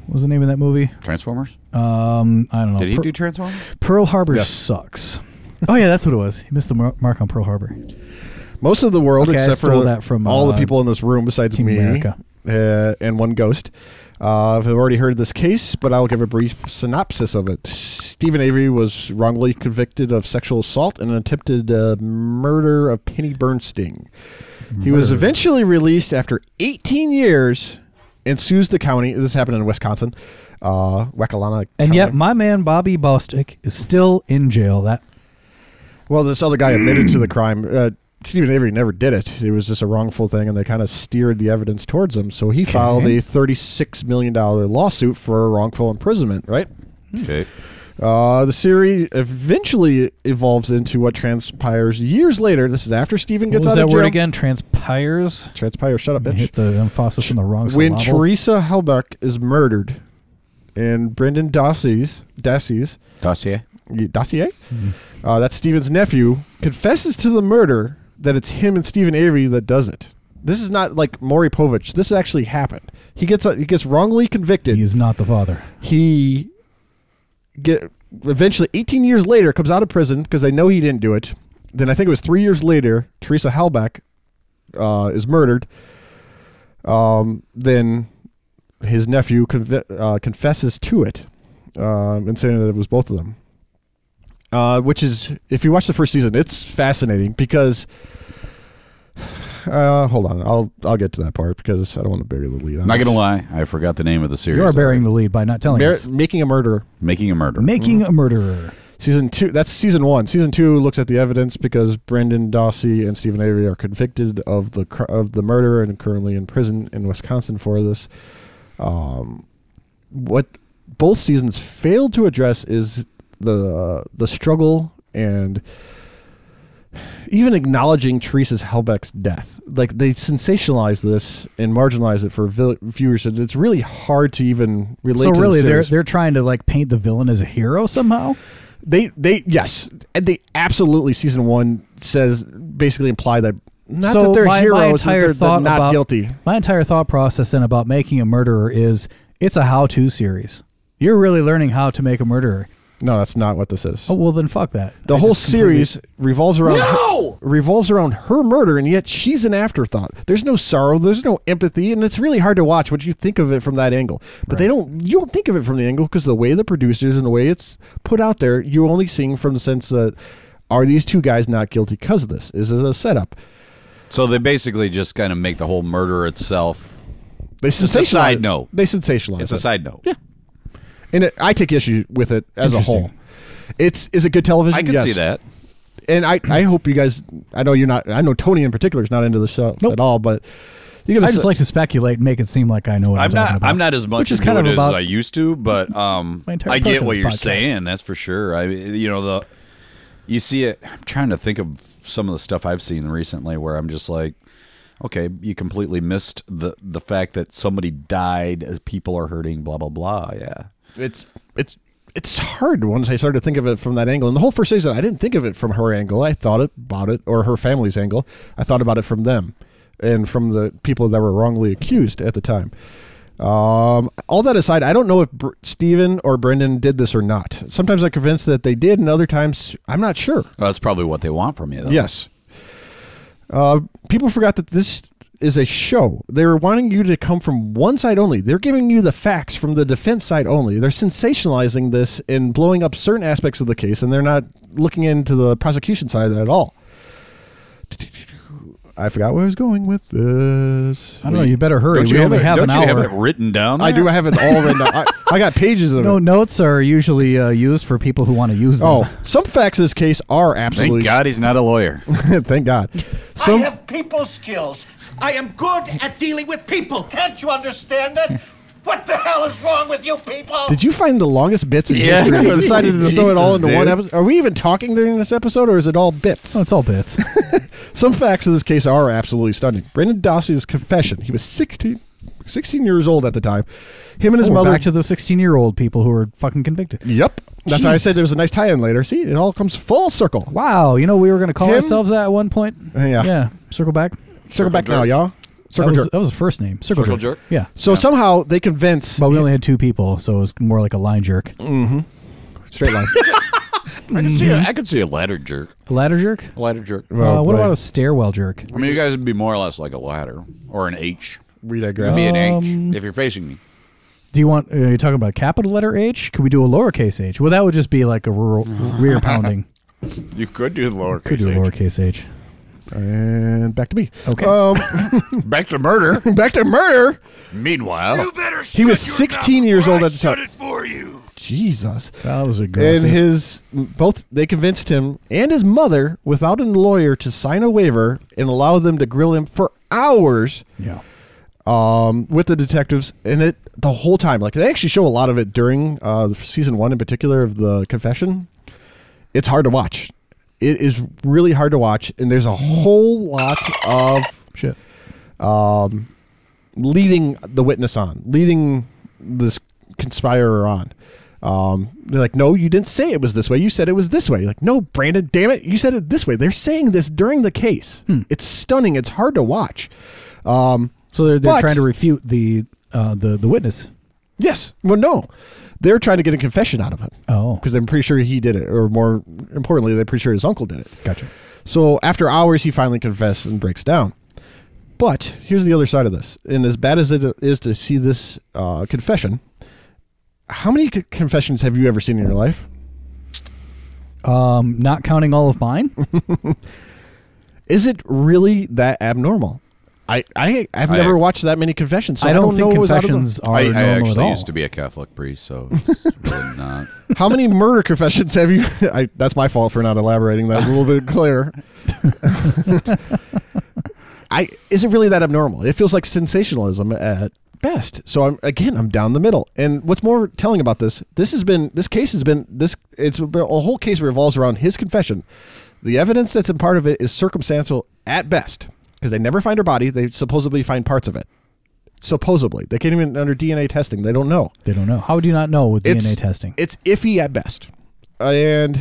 [SPEAKER 4] what was the name of that movie?
[SPEAKER 2] Transformers?
[SPEAKER 4] Um, I don't know.
[SPEAKER 2] Did he
[SPEAKER 4] Per-
[SPEAKER 2] do Transformers?
[SPEAKER 4] Pearl Harbor sucks. Oh yeah, that's what it was. He missed the mar- mark on Pearl Harbor.
[SPEAKER 3] Most of the world,
[SPEAKER 4] Okay, I
[SPEAKER 3] except
[SPEAKER 4] stole
[SPEAKER 3] for
[SPEAKER 4] that from,
[SPEAKER 3] all
[SPEAKER 4] uh,
[SPEAKER 3] the people in this room besides
[SPEAKER 4] Team
[SPEAKER 3] me
[SPEAKER 4] America.
[SPEAKER 3] uh, and one ghost, uh, have already heard of this case, but I'll give a brief synopsis of it. Stephen Avery was wrongly convicted of sexual assault and attempted uh, murder of Penny Bernstein. He was eventually released after 18 years and sues the county. This happened in Wisconsin, uh, Wakalana.
[SPEAKER 4] And
[SPEAKER 3] County.
[SPEAKER 4] yet, my man Bobby Bostick is still in jail. That
[SPEAKER 3] Well, this other guy admitted to the crime. Uh, Stephen Avery never did it. It was just a wrongful thing, and they kind of steered the evidence towards him. So he filed
[SPEAKER 4] Okay. Hmm.
[SPEAKER 3] a $36 million lawsuit for wrongful imprisonment, right?
[SPEAKER 2] Okay.
[SPEAKER 3] Uh, the series eventually evolves into what transpires years later. This is after Steven
[SPEAKER 4] What
[SPEAKER 3] gets
[SPEAKER 4] was
[SPEAKER 3] out
[SPEAKER 4] that
[SPEAKER 3] of jail.
[SPEAKER 4] word again? Transpires.
[SPEAKER 3] Transpire. Shut up,
[SPEAKER 4] I
[SPEAKER 3] bitch.
[SPEAKER 4] hit the emphasis on the wrong
[SPEAKER 3] when
[SPEAKER 4] syllable.
[SPEAKER 3] Teresa Helbeck is murdered, and Brendan Dossies, Dossies,
[SPEAKER 2] Dossier.
[SPEAKER 3] Dossier,
[SPEAKER 4] Mm-hmm.
[SPEAKER 3] uh, that's Steven's nephew, confesses to the murder that it's him and Stephen Avery that does it. This is not like Maury Povich. This actually happened. He gets uh, he gets wrongly convicted.
[SPEAKER 4] he is not the father.
[SPEAKER 3] he get eventually 18 years later comes out of prison because they know he didn't do it. Then I think it was three years later, Teresa Halbach uh, is murdered. Um, then his nephew conve- uh, confesses to it um, and saying that it was both of them. Uh, which is, if you watch the first season, it's fascinating because. Uh, hold on, I'll I'll get to that part because I don't want to bury the lead. on
[SPEAKER 2] Not
[SPEAKER 3] this.
[SPEAKER 2] gonna lie, I forgot the name of the series.
[SPEAKER 4] You are burying
[SPEAKER 2] already.
[SPEAKER 4] the lead by not telling
[SPEAKER 3] Mar-
[SPEAKER 4] us.
[SPEAKER 3] making a murderer.
[SPEAKER 2] making a murder.
[SPEAKER 4] Making a murderer.
[SPEAKER 3] Season two. That's season one. Season two looks at the evidence because Brendan Dossey and Stephen Avery are convicted of the cr- of the murder and currently in prison in Wisconsin for this. Um, what both seasons failed to address is the the struggle and even acknowledging Teresa's Helbeck's death. Like they sensationalize this and marginalize it for vil- viewers, and it's really hard to even relate.
[SPEAKER 4] So
[SPEAKER 3] to the
[SPEAKER 4] really, they're
[SPEAKER 3] series
[SPEAKER 4] they're trying to like paint the villain as a hero somehow.
[SPEAKER 3] they they yes And they absolutely season one says basically imply that not
[SPEAKER 4] so
[SPEAKER 3] that they're
[SPEAKER 4] my,
[SPEAKER 3] heroes
[SPEAKER 4] my
[SPEAKER 3] that
[SPEAKER 4] entire
[SPEAKER 3] they're,
[SPEAKER 4] thought
[SPEAKER 3] they're not
[SPEAKER 4] about,
[SPEAKER 3] guilty
[SPEAKER 4] My entire thought process then about making a murderer is it's a how-to series. You're really learning how to make a murderer.
[SPEAKER 3] no that's not what this is
[SPEAKER 4] Oh well, then fuck that.
[SPEAKER 3] the
[SPEAKER 4] I
[SPEAKER 3] whole
[SPEAKER 4] just completely-
[SPEAKER 3] series revolves around revolves around her murder and yet she's an afterthought there's no sorrow there's no empathy and it's really hard to watch what you think of it from that angle but they don't you don't think of it from the angle because the way the producers and the way it's put out there you're only seeing from the sense that are these two guys not guilty because of this is it a setup
[SPEAKER 2] So they basically just kind of make the whole murder itself.
[SPEAKER 3] they
[SPEAKER 2] Just a
[SPEAKER 3] sensationalize
[SPEAKER 2] side
[SPEAKER 3] it.
[SPEAKER 2] note.
[SPEAKER 3] they sensationalize
[SPEAKER 2] It's a
[SPEAKER 3] it.
[SPEAKER 2] side note. Yeah,
[SPEAKER 3] and it, I take issue with it as a
[SPEAKER 4] Interesting.
[SPEAKER 3] whole. It's is it good television?
[SPEAKER 2] I can
[SPEAKER 3] Yes.
[SPEAKER 2] see that.
[SPEAKER 3] and I, I hope you guys. I know you're not. I know Tony in particular is not into the show
[SPEAKER 4] Nope.
[SPEAKER 3] at all, but you
[SPEAKER 4] I
[SPEAKER 3] gotta.
[SPEAKER 4] just
[SPEAKER 3] say-
[SPEAKER 4] like to speculate and make it seem like I know what I'm,
[SPEAKER 2] I'm
[SPEAKER 4] talking
[SPEAKER 2] not.
[SPEAKER 4] about.
[SPEAKER 2] I'm not as much
[SPEAKER 4] Which is
[SPEAKER 2] into
[SPEAKER 4] kind of
[SPEAKER 2] it as
[SPEAKER 4] about
[SPEAKER 2] I used to, but um,
[SPEAKER 4] My entire
[SPEAKER 2] I
[SPEAKER 4] purpose
[SPEAKER 2] get
[SPEAKER 4] of
[SPEAKER 2] what
[SPEAKER 4] this
[SPEAKER 2] you're
[SPEAKER 4] podcast.
[SPEAKER 2] saying. That's for sure. I, you know, the you see it. I'm trying to think of some of the stuff I've seen recently where I'm just like, okay, you completely missed the the fact that somebody died as people are hurting. Blah blah blah. Yeah.
[SPEAKER 3] it's it's it's hard once I started to think of it from that angle. And the whole first season, I didn't think of it from her angle. I thought about it or her family's angle. I thought about it from them and from the people that were wrongly accused at the time. Um, all that aside, I don't know if Br- Steven or Brendan did this or not. Sometimes I'm convinced that they did, and other times I'm not sure.
[SPEAKER 2] Well, that's probably what they want from you. Though.
[SPEAKER 3] Yes. Uh, people forgot that this is a show. They're wanting you to come from one side only. They're giving you the facts from the defense side only. They're sensationalizing this and blowing up certain aspects of the case, and they're not looking into the prosecution side at all. I forgot where I was going with this.
[SPEAKER 4] I don't know. You better hurry.
[SPEAKER 2] Don't
[SPEAKER 4] we
[SPEAKER 2] you have,
[SPEAKER 4] only
[SPEAKER 2] it,
[SPEAKER 4] have
[SPEAKER 2] don't
[SPEAKER 4] an
[SPEAKER 2] you
[SPEAKER 4] hour.
[SPEAKER 2] have it written down?
[SPEAKER 3] I do.
[SPEAKER 2] there?
[SPEAKER 3] I have it all written down. I, I got pages of
[SPEAKER 4] no
[SPEAKER 3] it.
[SPEAKER 4] notes are usually uh, used for people who want to use them.
[SPEAKER 3] Oh, some facts of this case are absolutely.
[SPEAKER 2] Thank God he's not a lawyer.
[SPEAKER 3] Thank God.
[SPEAKER 9] I
[SPEAKER 3] Some,
[SPEAKER 9] have people skills. I am good at dealing with people. Can't you understand it? What the hell is wrong with you people?
[SPEAKER 3] Did you find the longest bits in
[SPEAKER 2] Yeah,
[SPEAKER 3] history?
[SPEAKER 2] I
[SPEAKER 3] You
[SPEAKER 2] was
[SPEAKER 3] decided to
[SPEAKER 2] like,
[SPEAKER 3] throw it all into
[SPEAKER 2] Jesus,
[SPEAKER 3] one
[SPEAKER 2] dude.
[SPEAKER 3] episode. Are we even talking during this episode, or is it all bits?
[SPEAKER 4] Oh, it's all bits.
[SPEAKER 3] Some facts of this case are absolutely stunning. Brendan Dossey's confession. He was 16, 16 years old at the time. Him and his
[SPEAKER 4] Oh, We're
[SPEAKER 3] mother.
[SPEAKER 4] back to the 16-year-old people who are fucking convicted.
[SPEAKER 3] yep. That's why I
[SPEAKER 4] Jeez.
[SPEAKER 3] said there was a nice tie-in later. See, it all comes full circle.
[SPEAKER 4] Wow, you know we were going to call
[SPEAKER 3] Him?
[SPEAKER 4] ourselves that at one point.
[SPEAKER 3] Yeah.
[SPEAKER 4] yeah. Circle back.
[SPEAKER 3] Circle back now, y'all.
[SPEAKER 4] That
[SPEAKER 3] Circle
[SPEAKER 4] was,
[SPEAKER 3] jerk.
[SPEAKER 4] that was the first name. Circle,
[SPEAKER 2] Circle
[SPEAKER 4] jerk.
[SPEAKER 2] jerk?
[SPEAKER 4] Yeah.
[SPEAKER 3] So somehow they convince
[SPEAKER 4] But we only had two people, so it was more like a line jerk.
[SPEAKER 3] straight line.
[SPEAKER 2] I could see. A, I could see a ladder jerk.
[SPEAKER 4] A ladder jerk?
[SPEAKER 2] A ladder jerk.
[SPEAKER 4] uh,
[SPEAKER 3] Well
[SPEAKER 4] what
[SPEAKER 3] played.
[SPEAKER 4] about a stairwell jerk?
[SPEAKER 2] I mean, you guys would be more or less like a ladder or an H.
[SPEAKER 3] we
[SPEAKER 2] It'd
[SPEAKER 3] digress.
[SPEAKER 2] be an H if you're facing me.
[SPEAKER 4] Do you want, are you talking about a capital letter H? Could we do a lowercase h? Well, that would just be like a rural rear pounding.
[SPEAKER 8] You could do the lower
[SPEAKER 4] Could do a lowercase h.
[SPEAKER 3] and back to me.
[SPEAKER 4] Okay.
[SPEAKER 3] Um,
[SPEAKER 8] Back to murder.
[SPEAKER 3] back to murder.
[SPEAKER 8] Meanwhile,
[SPEAKER 9] better
[SPEAKER 3] He was 16 years old at the time. Jesus.
[SPEAKER 4] That was aggressive.
[SPEAKER 3] and his both they convinced him and his mother without a lawyer to sign a waiver and allow them to grill him for hours
[SPEAKER 4] yeah.
[SPEAKER 3] um, with the detectives and it the whole time. Like they actually show a lot of it during uh, season one in particular of the confession. It's hard to watch. It is really hard to watch, and there's a whole lot of
[SPEAKER 4] Shit.
[SPEAKER 3] leading the witness on, leading this conspirer on. Um, they're like, no, you didn't say it was this way. You said it was this way. You're like, no, Brandon, damn it, you said it this way. They're saying this during the case. It's stunning. It's hard to watch. Um,
[SPEAKER 4] So they're, they're
[SPEAKER 3] But-
[SPEAKER 4] trying to refute the uh, the the witness.
[SPEAKER 3] yes, well, no, they're trying to get a confession out of him
[SPEAKER 4] Oh,
[SPEAKER 3] because I'm pretty sure he did it, or more importantly, they're pretty sure his uncle did it.
[SPEAKER 4] gotcha.
[SPEAKER 3] So after hours, he finally confesses and breaks down. But here's the other side of this. And as bad as it is to see this uh, confession, how many c- confessions have you ever seen in your life?
[SPEAKER 4] Um, not counting all of mine.
[SPEAKER 3] Is it really that abnormal? I, I I've
[SPEAKER 2] I-
[SPEAKER 3] never watched that many confessions. So I,
[SPEAKER 4] I don't,
[SPEAKER 3] know
[SPEAKER 4] think
[SPEAKER 3] what was out of
[SPEAKER 4] confessions are
[SPEAKER 2] I, I
[SPEAKER 4] normal at
[SPEAKER 2] actually
[SPEAKER 4] all.
[SPEAKER 2] used to be a Catholic priest, so it's really not.
[SPEAKER 3] the- how many murder confessions have you? I, that's my fault for not elaborating that a little bit clearer. I is it really that abnormal? It feels like sensationalism at best. So I'm again I'm down the middle. And what's more telling about this, this has been this case has been this it's been, a whole case revolves around his confession. The evidence that's in part of it is circumstantial at best because they never find her body, they supposedly find parts of it. Supposedly. They can't even under DNA testing, they don't know.
[SPEAKER 4] They don't know. How would you not know with
[SPEAKER 3] It's-
[SPEAKER 4] DNA testing?
[SPEAKER 3] It's iffy at best. And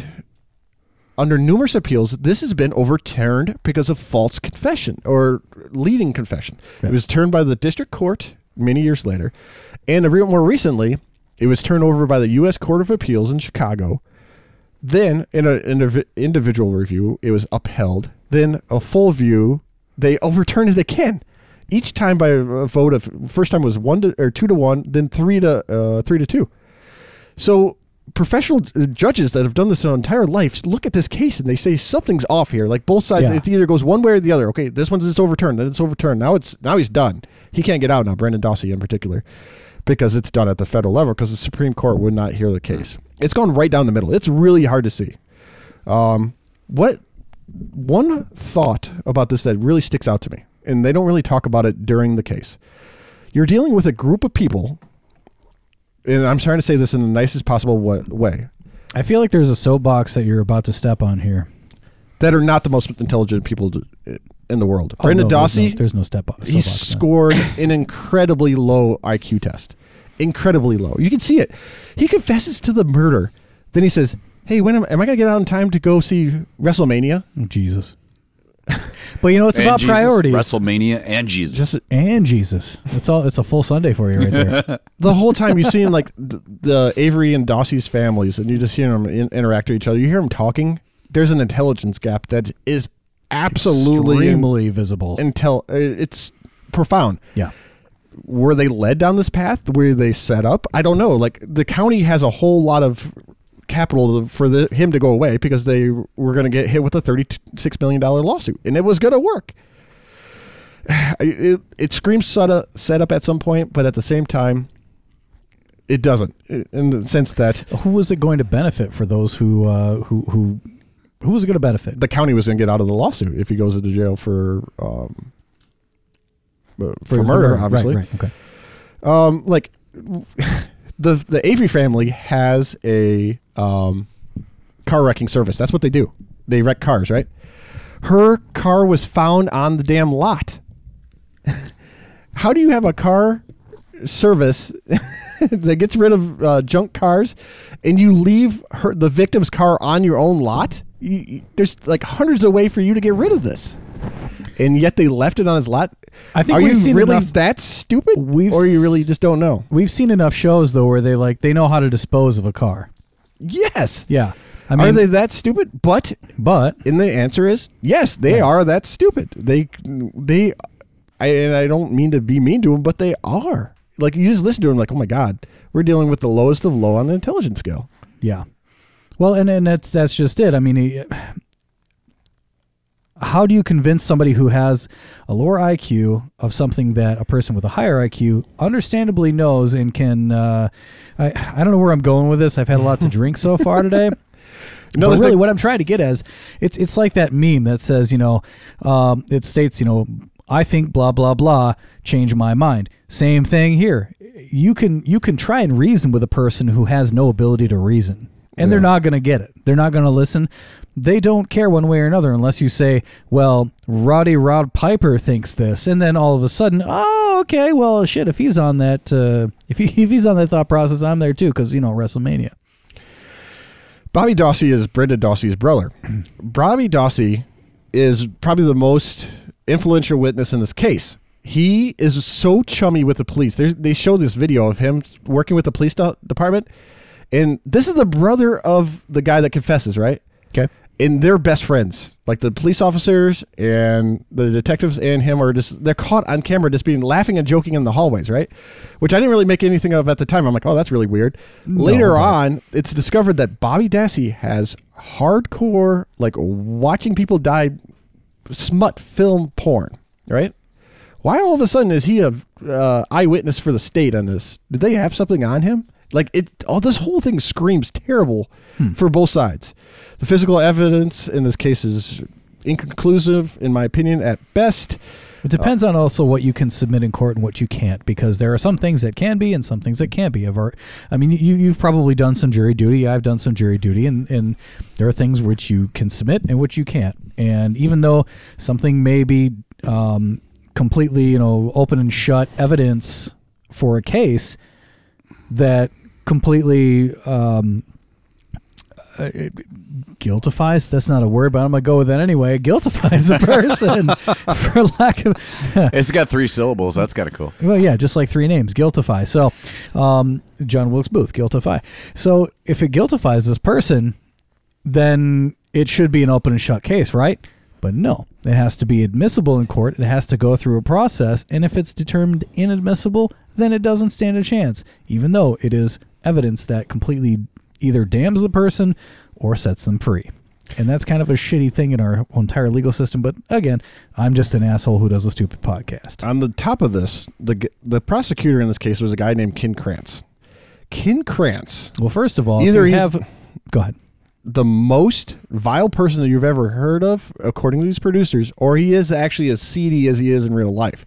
[SPEAKER 3] under numerous appeals, this has been overturned because of false confession or leading confession. It was turned by the district court many years later. And a re- more recently, it was turned over by the U.S. Court of Appeals in Chicago. Then, in an individual review, it was upheld. Then, a full view, they overturned it again. Each time by a vote of first time was one to or two to one, then three to uh, three to two. So professional uh, judges that have done this their entire lives look at this case and they say something's off here. Like both sides,
[SPEAKER 4] Yeah.
[SPEAKER 3] it either goes one way or the other. Okay, this one's it's overturned, then it's overturned. Now it's now he's done. He can't get out now. Brandon Dossie in particular, because it's done at the federal level because the Supreme Court would not hear the case. It's gone right down the middle. It's really hard to see. Um, what one thought about this that really sticks out to me, and they don't really talk about it during the case. You're dealing with a group of people, and I'm trying to say this in the nicest possible wa- way,
[SPEAKER 4] I feel like there's a soapbox that you're about to step on here.
[SPEAKER 3] that are not the most intelligent people to, in the world.
[SPEAKER 4] Oh,
[SPEAKER 3] Brandon
[SPEAKER 4] no, there's no-
[SPEAKER 3] Dossie,
[SPEAKER 4] There's no step soapbox.
[SPEAKER 3] he
[SPEAKER 4] no.
[SPEAKER 3] scored an incredibly low IQ test. Incredibly low. You can see it. He confesses to the murder. Then he says, Hey, when am, am I going to get out in time to go see WrestleMania?
[SPEAKER 4] Oh, Jesus. but you know, it's
[SPEAKER 2] And
[SPEAKER 4] about
[SPEAKER 2] Jesus,
[SPEAKER 4] priorities.
[SPEAKER 2] WrestleMania and Jesus.
[SPEAKER 4] Just and Jesus. It's all. It's a full Sunday for you right there.
[SPEAKER 3] the whole time you're seeing like the, the Avery and Dossie's families, and you just hear them in, interact with each other. You hear them talking. There's an intelligence gap that is absolutely
[SPEAKER 4] Extremely visible.
[SPEAKER 3] intel. uh, It's profound.
[SPEAKER 4] yeah.
[SPEAKER 3] Were they led down this path? Were they set up? I don't know. Like the county has a whole lot of capital for the, him to go away because they were going to get hit with a thirty-six million dollar lawsuit, and it was going to work. It, it, it screams set up, set up at some point, but at the same time, it doesn't. In the sense that
[SPEAKER 4] Who was it going to benefit for those who uh, who who who was it going to benefit?
[SPEAKER 3] the county was going to get out of the lawsuit if he goes into jail for um, uh, for,
[SPEAKER 4] the
[SPEAKER 3] murder, obviously.
[SPEAKER 4] Right, right, okay.
[SPEAKER 3] um, like the the Avery family has a um, car wrecking service. That's what they do. They wreck cars, right? Her car was found on the damn lot. How do you have a car service that gets rid of uh, junk cars, and you leave her the victim's car on your own lot? You, you- there's like hundreds of way for you to get rid of this, and yet they left it on his lot.
[SPEAKER 4] I think
[SPEAKER 3] Are
[SPEAKER 4] we've
[SPEAKER 3] you
[SPEAKER 4] seen
[SPEAKER 3] really
[SPEAKER 4] enough-
[SPEAKER 3] that stupid,
[SPEAKER 4] We've
[SPEAKER 3] or you really
[SPEAKER 4] s-
[SPEAKER 3] just don't know.
[SPEAKER 4] We've seen enough shows though where they like they know how to dispose of a car.
[SPEAKER 3] Yes.
[SPEAKER 4] Yeah. I mean,
[SPEAKER 3] are they that stupid? But
[SPEAKER 4] but
[SPEAKER 3] and the answer is yes, they
[SPEAKER 4] Yes.
[SPEAKER 3] are that stupid. They they I and I don't mean to be mean to them, but they are. Like you just listen to them like, "Oh my god, we're dealing with the lowest of low on the intelligence scale."
[SPEAKER 4] Yeah. Well, and and that's that's just it. I mean, he- how do you convince somebody who has a lower IQ of something that a person with a higher IQ understandably knows and can? Uh, I I don't know where I'm going with this. I've had a lot to drink so far today. No,
[SPEAKER 3] Another
[SPEAKER 4] really,
[SPEAKER 3] thing-
[SPEAKER 4] what I'm trying to get as it's it's like that meme that says, you know, um, it states, you know, I think blah blah blah. change my mind. Same thing here. You can you can try and reason with a person who has no ability to reason. And they're not going to get it. They're not going to listen. They don't care one way or another unless you say, "Well, Roddy Rod Piper thinks this." And then all of a sudden, "Oh, okay. Well, shit, if he's on that uh, if he, if he's on that thought process, I'm there too cuz you know WrestleMania."
[SPEAKER 3] Bobby Dossie is Brenda Dossie's brother. Bobby Dossie is probably the most influential witness in this case. He is so chummy with the police. There's, they show this video of him working with the police do- department, and this is the brother of the guy that confesses, right?
[SPEAKER 4] Okay.
[SPEAKER 3] And they're best friends. Like the police officers and the detectives and him are just they're caught on camera just being laughing and joking in the hallways, right? Which I didn't really make anything of at the time. I'm like, oh, that's really weird. Later on, it's discovered that Bobby Dassey has hardcore like watching people die smut film porn, right? Why all of a sudden is he a uh, eyewitness for the state on this? Did they have something on him? Like it, all this whole thing screams terrible for both sides. The physical evidence in this case is inconclusive, in my opinion, at best.
[SPEAKER 4] It depends on also what you can submit in court and what you can't, because there are some things that can be and some things that can't be. Of our, I mean, you you've probably done some jury duty. I've done some jury duty, and and there are things which you can submit and which you can't. And even though something may be um, completely, you know, open and shut evidence for a case that completely um, uh, guiltifies that's not a word but i'm gonna go with that anyway guiltifies a person for lack of
[SPEAKER 2] It's got three syllables. That's kind of cool.
[SPEAKER 4] Well, yeah, just like three names, guiltify. So, um, John Wilkes Booth, guiltify. So, if it guiltifies this person, then it should be an open and shut case, right? But no, it has to be admissible in court. It has to go through a process, and if it's determined inadmissible, then it doesn't stand a chance, even though it is evidence that completely either damns the person or sets them free. And that's kind of a shitty thing in our entire legal system. But again, I'm just an asshole who does a stupid podcast.
[SPEAKER 3] On the top of this, the g- the prosecutor in this case was a guy named Ken Krantz. Ken Krantz,
[SPEAKER 4] Well, first of all,
[SPEAKER 3] Either
[SPEAKER 4] either you
[SPEAKER 3] he's-
[SPEAKER 4] have. Go ahead.
[SPEAKER 3] the most vile person that you've ever heard of, according to these producers, or he is actually as seedy as he is in real life.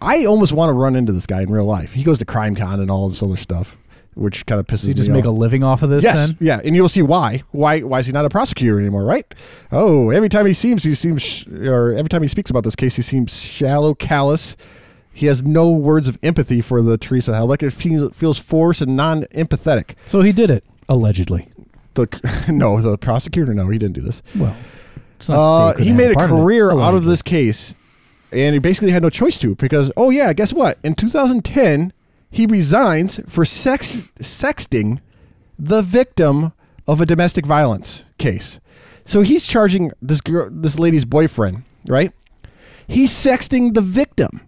[SPEAKER 3] I almost want to run into this guy in real life. He goes to Crime Con and all this other stuff, which kind of pisses
[SPEAKER 4] So you just
[SPEAKER 3] me
[SPEAKER 4] make a
[SPEAKER 3] off.
[SPEAKER 4] living off of this
[SPEAKER 3] Yes,
[SPEAKER 4] then?
[SPEAKER 3] yeah, and you'll see why. Why? Why is he not a prosecutor anymore? Right? Oh, every time he seems, he seems, sh- or every time he speaks about this case, he seems shallow, callous. He has no words of empathy for the Teresa Helbeck. It feels, feels forced and non-empathetic.
[SPEAKER 4] So he did it, allegedly.
[SPEAKER 3] The no, the prosecutor, no, he didn't do this.
[SPEAKER 4] Well, it's not
[SPEAKER 3] Uh,
[SPEAKER 4] secret
[SPEAKER 3] he
[SPEAKER 4] and
[SPEAKER 3] made a
[SPEAKER 4] part of it,
[SPEAKER 3] career out of
[SPEAKER 4] allegedly.
[SPEAKER 3] this case, and he basically had no choice to because oh yeah, guess what? In 2010, he resigns for sex sexting the victim of a domestic violence case. So he's charging this girl, this lady's boyfriend, right? He's sexting the victim.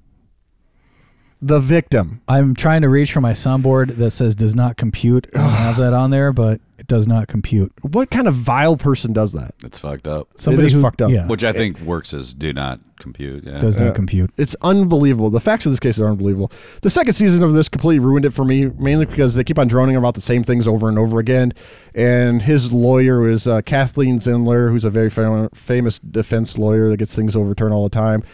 [SPEAKER 3] The victim.
[SPEAKER 4] I'm trying to reach for my soundboard that says does not compute. I don't have that on there, but it does not compute.
[SPEAKER 3] What kind of vile person does that?
[SPEAKER 2] It's fucked up.
[SPEAKER 3] is fucked up.
[SPEAKER 4] Yeah,
[SPEAKER 2] Which I think works as do not compute. Yeah.
[SPEAKER 4] does not compute.
[SPEAKER 3] It's unbelievable. The facts of this case are unbelievable. The second season of this completely ruined it for me, mainly because they keep on droning about the same things over and over again. And his lawyer is uh, Kathleen Zindler, who's a very fam- famous defense lawyer that gets things overturned all the time.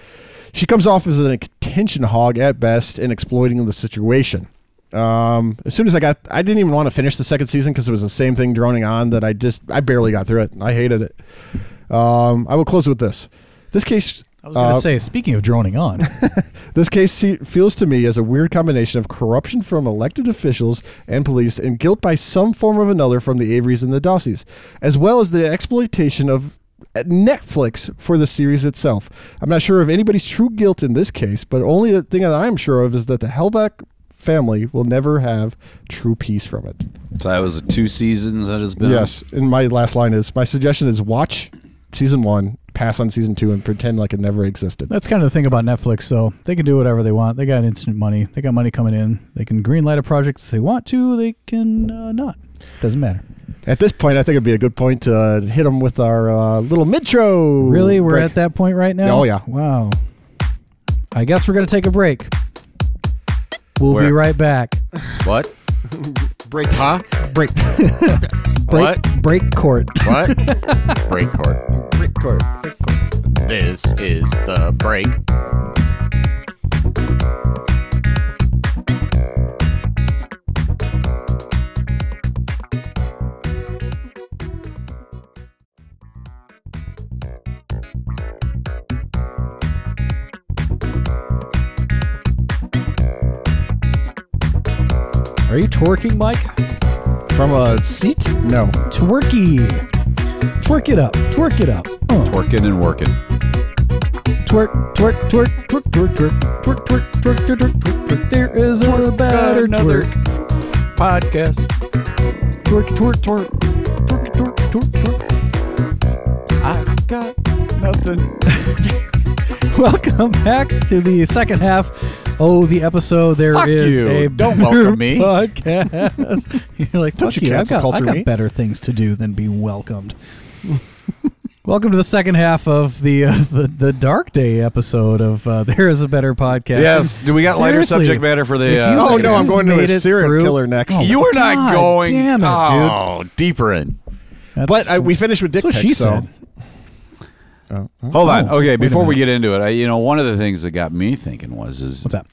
[SPEAKER 3] She comes off as an attention hog at best and exploiting the situation. Um, as soon as I got, I didn't even want to finish the second season because it was the same thing droning on that I just, I barely got through it. I hated it. Um, I will close with this. This case.
[SPEAKER 4] I was going to
[SPEAKER 3] uh,
[SPEAKER 4] say, speaking of droning on,
[SPEAKER 3] this case se- feels to me as a weird combination of corruption from elected officials and police and guilt by some form of another from the Averys and the Dossies, as well as the exploitation of uh, Netflix for the series itself. I'm not sure of anybody's true guilt in this case, but only the thing that I'm sure of is that the Hellback family will never have true peace from it.
[SPEAKER 2] So that was two seasons that has been.
[SPEAKER 3] Yes, and my last line is my suggestion is watch season 1, pass on season 2 and pretend like it never existed.
[SPEAKER 4] that's kind of the thing about Netflix, though. They can do whatever they want. They got instant money. They got money coming in. They can greenlight a project if they want to. They can uh, not. Doesn't matter.
[SPEAKER 3] At this point, I think it'd be a good point to uh, hit them with our uh, little mitro.
[SPEAKER 4] Really? We're
[SPEAKER 3] break.
[SPEAKER 4] at that point right now?
[SPEAKER 3] Oh, yeah.
[SPEAKER 4] Wow. I guess we're going to take a break. We'll be
[SPEAKER 2] Where?
[SPEAKER 4] right back.
[SPEAKER 2] What?
[SPEAKER 8] Break, huh?
[SPEAKER 3] break.
[SPEAKER 4] Break,
[SPEAKER 8] What?
[SPEAKER 4] break court.
[SPEAKER 8] What? break court.
[SPEAKER 3] break court.
[SPEAKER 8] This is the break.
[SPEAKER 4] Are you twerking, Mike?
[SPEAKER 3] From a seat? No.
[SPEAKER 4] Twerky. Twerk it up. Twerk it up. Uh.
[SPEAKER 2] Working and working.
[SPEAKER 4] Twerk, twerk, twerk, twerk, twerk, twerk, twerk, twerk, twerk, twerk, twerk, twerk, twerk. There is a better
[SPEAKER 2] another.
[SPEAKER 4] twerk.
[SPEAKER 2] Podcast.
[SPEAKER 4] Twerk, twerk, twerk, twerk, twerk, twerk, twerk.
[SPEAKER 2] I got nothing.
[SPEAKER 4] Welcome back to the second half. Oh, the episode. There is
[SPEAKER 8] Fuck you.
[SPEAKER 4] a
[SPEAKER 8] Don't
[SPEAKER 4] better
[SPEAKER 8] welcome me.
[SPEAKER 4] Podcast. You're like,
[SPEAKER 3] Don't
[SPEAKER 4] fuck
[SPEAKER 3] you
[SPEAKER 4] you. I've
[SPEAKER 3] cancel
[SPEAKER 4] got,
[SPEAKER 3] culture
[SPEAKER 4] I've got
[SPEAKER 3] me?
[SPEAKER 4] better things to do than be welcomed. Welcome to the second half of the uh, the, the Dark Day episode of uh, There Is a Better Podcast.
[SPEAKER 2] Yes. Do we got lighter
[SPEAKER 4] Seriously.
[SPEAKER 2] subject matter for the?
[SPEAKER 4] If you-
[SPEAKER 2] Uh,
[SPEAKER 3] Oh, no, I'm
[SPEAKER 4] You
[SPEAKER 3] going to
[SPEAKER 4] made
[SPEAKER 3] a
[SPEAKER 4] it
[SPEAKER 3] serial
[SPEAKER 4] through. Oh,
[SPEAKER 3] killer next.
[SPEAKER 8] you are not
[SPEAKER 4] God
[SPEAKER 8] going
[SPEAKER 4] damn it, dude.
[SPEAKER 8] oh, deeper in.
[SPEAKER 4] That's-
[SPEAKER 3] But I, we finished with dick
[SPEAKER 4] that's what
[SPEAKER 3] pics,
[SPEAKER 4] she
[SPEAKER 3] so.
[SPEAKER 4] said.
[SPEAKER 2] Hold on.
[SPEAKER 4] Oh,
[SPEAKER 2] Okay, before we get into it, I, you know, one of the things that got me thinking was is
[SPEAKER 4] What's up?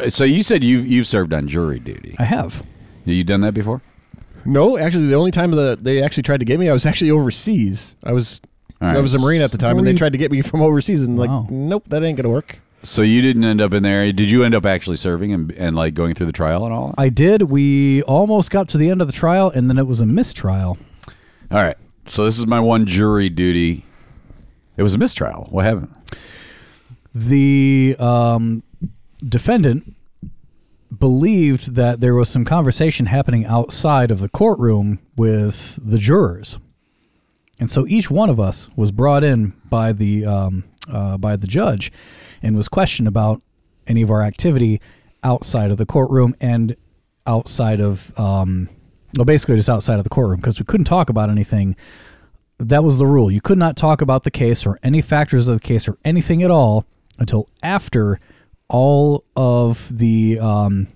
[SPEAKER 2] Uh, So you said you've you've served on jury duty.
[SPEAKER 4] I have.
[SPEAKER 2] You done that before?
[SPEAKER 3] No, actually, the only time that they actually tried to get me, I was actually overseas. I was
[SPEAKER 2] All right.
[SPEAKER 3] I was a marine at the time,
[SPEAKER 4] Were
[SPEAKER 3] and they
[SPEAKER 4] you-
[SPEAKER 3] tried to get me from overseas, and like,
[SPEAKER 4] Wow.
[SPEAKER 3] nope, that ain't gonna work.
[SPEAKER 2] So you didn't end up in there. Did you end up actually serving and, and like going through the trial and all?
[SPEAKER 4] I did. We almost got to the end of the trial, and then it was a mistrial.
[SPEAKER 2] All right. So this is my one jury duty. It was a mistrial. What happened?
[SPEAKER 4] The um, defendant believed that there was some conversation happening outside of the courtroom with the jurors, and so each one of us was brought in by the um, uh, by the judge and was questioned about any of our activity outside of the courtroom and outside of um, well, basically just outside of the courtroom because we couldn't talk about anything that was the rule. You could not talk about the case or any factors of the case or anything at all until after all of the um,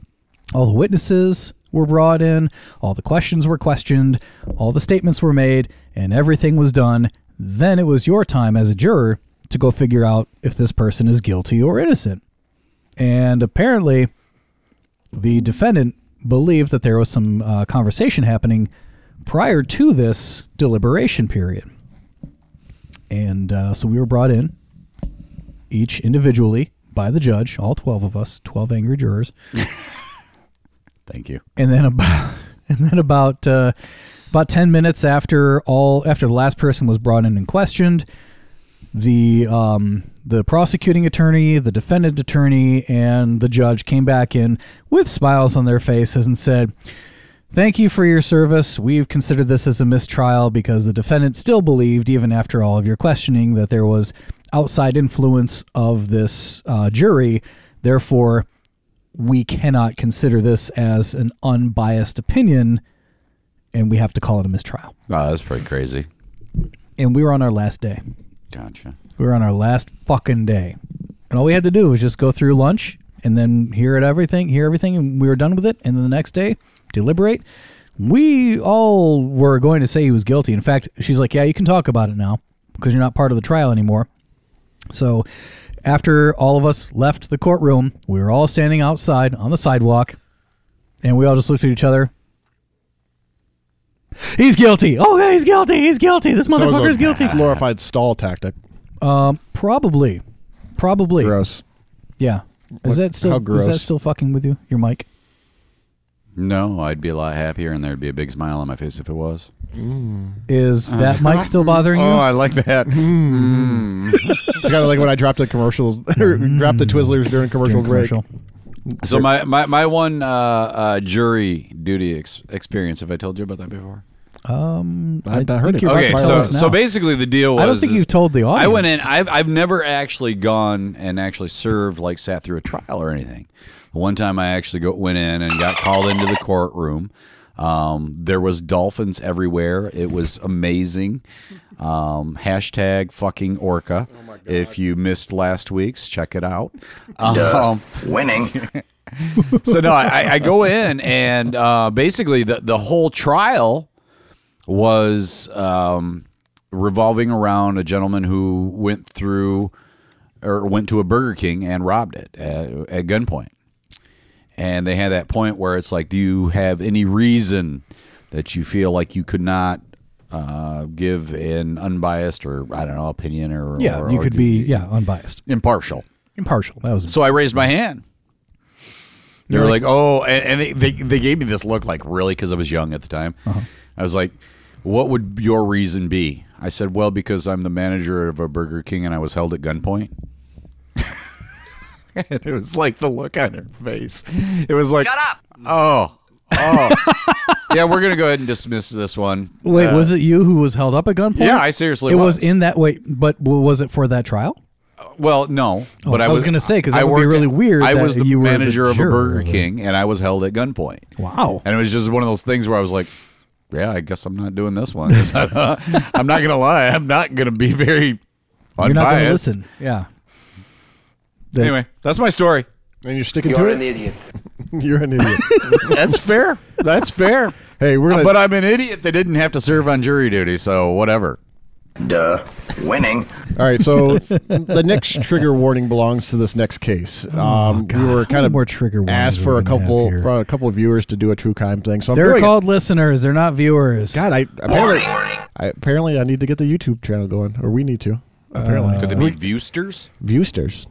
[SPEAKER 4] all the witnesses were brought in, all the questions were questioned, all the statements were made, and everything was done. Then it was your time as a juror to go figure out if this person is guilty or innocent. And apparently, the defendant believed that there was some uh, conversation happening prior to this deliberation period. And uh, so we were brought in, each individually by the judge, all 12 of us, 12 angry jurors.
[SPEAKER 2] Thank you.
[SPEAKER 4] And then about, and then about, uh, about 10 minutes after all, after the last person was brought in and questioned, the, um, the prosecuting attorney, the defendant attorney, and the judge came back in with smiles on their faces and said, Thank you for your service. We've considered this as a mistrial because the defendant still believed, even after all of your questioning, that there was outside influence of this uh, jury. Therefore, we cannot consider this as an unbiased opinion and we have to call it a mistrial.
[SPEAKER 2] Oh, that's pretty crazy.
[SPEAKER 4] And we were on our last day.
[SPEAKER 2] Gotcha.
[SPEAKER 4] We were on our last fucking day. And all we had to do was just go through lunch and then hear it everything, hear everything, and we were done with it. And then the next day, deliberate. We all were going to say he was guilty. In fact, she's like, Yeah, you can talk about it now because you're not part of the trial anymore. So after all of us left the courtroom, we were all standing outside on the sidewalk and we all just looked at each other. He's guilty. Oh, yeah, he's guilty. He's guilty. This
[SPEAKER 3] So it was a
[SPEAKER 4] motherfucker's guilty.
[SPEAKER 3] Glorified stall tactic.
[SPEAKER 4] Probably. Probably.
[SPEAKER 3] Gross.
[SPEAKER 4] Yeah. Is
[SPEAKER 3] What-
[SPEAKER 4] that still
[SPEAKER 3] how
[SPEAKER 4] is that
[SPEAKER 3] gross.
[SPEAKER 4] still fucking with you? Your mic.
[SPEAKER 2] No, I'd be a lot happier, and there'd be a big smile on my face if it was.
[SPEAKER 4] Is that mic still bothering you?
[SPEAKER 8] Oh, I like that.
[SPEAKER 3] It's kind of like when I dropped the commercials, or dropped the Twizzlers during commercial
[SPEAKER 4] Mm. During
[SPEAKER 3] break.
[SPEAKER 4] commercial.
[SPEAKER 2] So my my, my one uh, uh, jury duty ex- experience. Have I told you about that before?
[SPEAKER 4] Um,
[SPEAKER 3] I've not
[SPEAKER 4] think
[SPEAKER 3] heard it.
[SPEAKER 4] you're
[SPEAKER 2] Okay,
[SPEAKER 4] about to
[SPEAKER 2] so
[SPEAKER 4] tell us
[SPEAKER 2] so
[SPEAKER 4] now.
[SPEAKER 2] basically the deal was
[SPEAKER 4] I don't think
[SPEAKER 2] is
[SPEAKER 4] you've told the audience.
[SPEAKER 2] I went in. I've I've never actually gone and actually served like sat through a trial or anything. One time I actually go, went in and got called into the courtroom. Um, there was dolphins everywhere. It was amazing. Um, hashtag fucking orca. if you missed last week's, check it out. Um,
[SPEAKER 5] Winning.
[SPEAKER 2] so no, I, I- I go in and uh, basically the the whole trial was um, revolving around a gentleman who went through or went to a Burger King and robbed it at, at gunpoint. And they had that point where it's like, do you have any reason that you feel like you could not uh, give an unbiased or I don't know opinion or
[SPEAKER 4] yeah,
[SPEAKER 2] or-
[SPEAKER 4] you
[SPEAKER 2] or
[SPEAKER 4] could
[SPEAKER 2] do-
[SPEAKER 4] be yeah unbiased,
[SPEAKER 2] impartial.
[SPEAKER 4] impartial. That was
[SPEAKER 2] So I raised my hand. They were like, oh, and, and they, they, they gave me this look like, really? Because I was young at the time.
[SPEAKER 4] Uh-huh.
[SPEAKER 2] I was like, what would your reason be? I said, well, because I'm the manager of a Burger King and I was held at gunpoint. and it was like the look on her face. It was like, shut up. Oh, oh. yeah, we're going to go ahead and dismiss this one.
[SPEAKER 4] Wait,
[SPEAKER 2] Uh,
[SPEAKER 4] was it you who was held up at gunpoint?
[SPEAKER 2] Yeah, I seriously
[SPEAKER 4] It was,
[SPEAKER 2] was.
[SPEAKER 4] in that way, but w- was it for that trial?
[SPEAKER 2] Well, no, but I
[SPEAKER 4] Oh, I
[SPEAKER 2] was,
[SPEAKER 4] was gonna say, 'cause that
[SPEAKER 2] I
[SPEAKER 4] would be
[SPEAKER 2] worked-
[SPEAKER 4] really weird
[SPEAKER 2] I
[SPEAKER 4] that
[SPEAKER 2] was the
[SPEAKER 4] you were the
[SPEAKER 2] manager of a
[SPEAKER 4] juror,
[SPEAKER 2] Burger
[SPEAKER 4] really.
[SPEAKER 2] King, and I was held at gunpoint.
[SPEAKER 4] Wow.
[SPEAKER 2] And it was just one of those things where I was like, yeah, I guess I'm not doing this one. 'Cause I- uh, I'm not going to lie. I'm not going to be very unbiased.
[SPEAKER 4] You're not going to listen. Yeah.
[SPEAKER 2] Anyway, that's my story.
[SPEAKER 3] And you're sticking
[SPEAKER 7] You're
[SPEAKER 3] to
[SPEAKER 7] an
[SPEAKER 3] it.
[SPEAKER 7] idiot.
[SPEAKER 3] You're an idiot.
[SPEAKER 2] That's fair. That's fair.
[SPEAKER 3] hey, we're gonna.
[SPEAKER 2] But I'm an idiot that didn't have to serve on jury duty, so whatever.
[SPEAKER 5] Duh. Winning.
[SPEAKER 3] all right, so the next trigger warning belongs to this next case. Um, we were
[SPEAKER 4] Oh, How
[SPEAKER 3] kind
[SPEAKER 4] many
[SPEAKER 3] of
[SPEAKER 4] more trigger warnings
[SPEAKER 3] asked
[SPEAKER 4] are
[SPEAKER 3] for
[SPEAKER 4] we
[SPEAKER 3] a
[SPEAKER 4] gonna have
[SPEAKER 3] couple
[SPEAKER 4] here?
[SPEAKER 3] for a couple of viewers to do a true crime thing. So I'm
[SPEAKER 4] They're
[SPEAKER 3] doing it.
[SPEAKER 4] called listeners. They're not viewers.
[SPEAKER 3] God, I apparently, I apparently I need to get the YouTube channel going, or we need to. Apparently,
[SPEAKER 2] Could they be viewsters?
[SPEAKER 3] viewsters,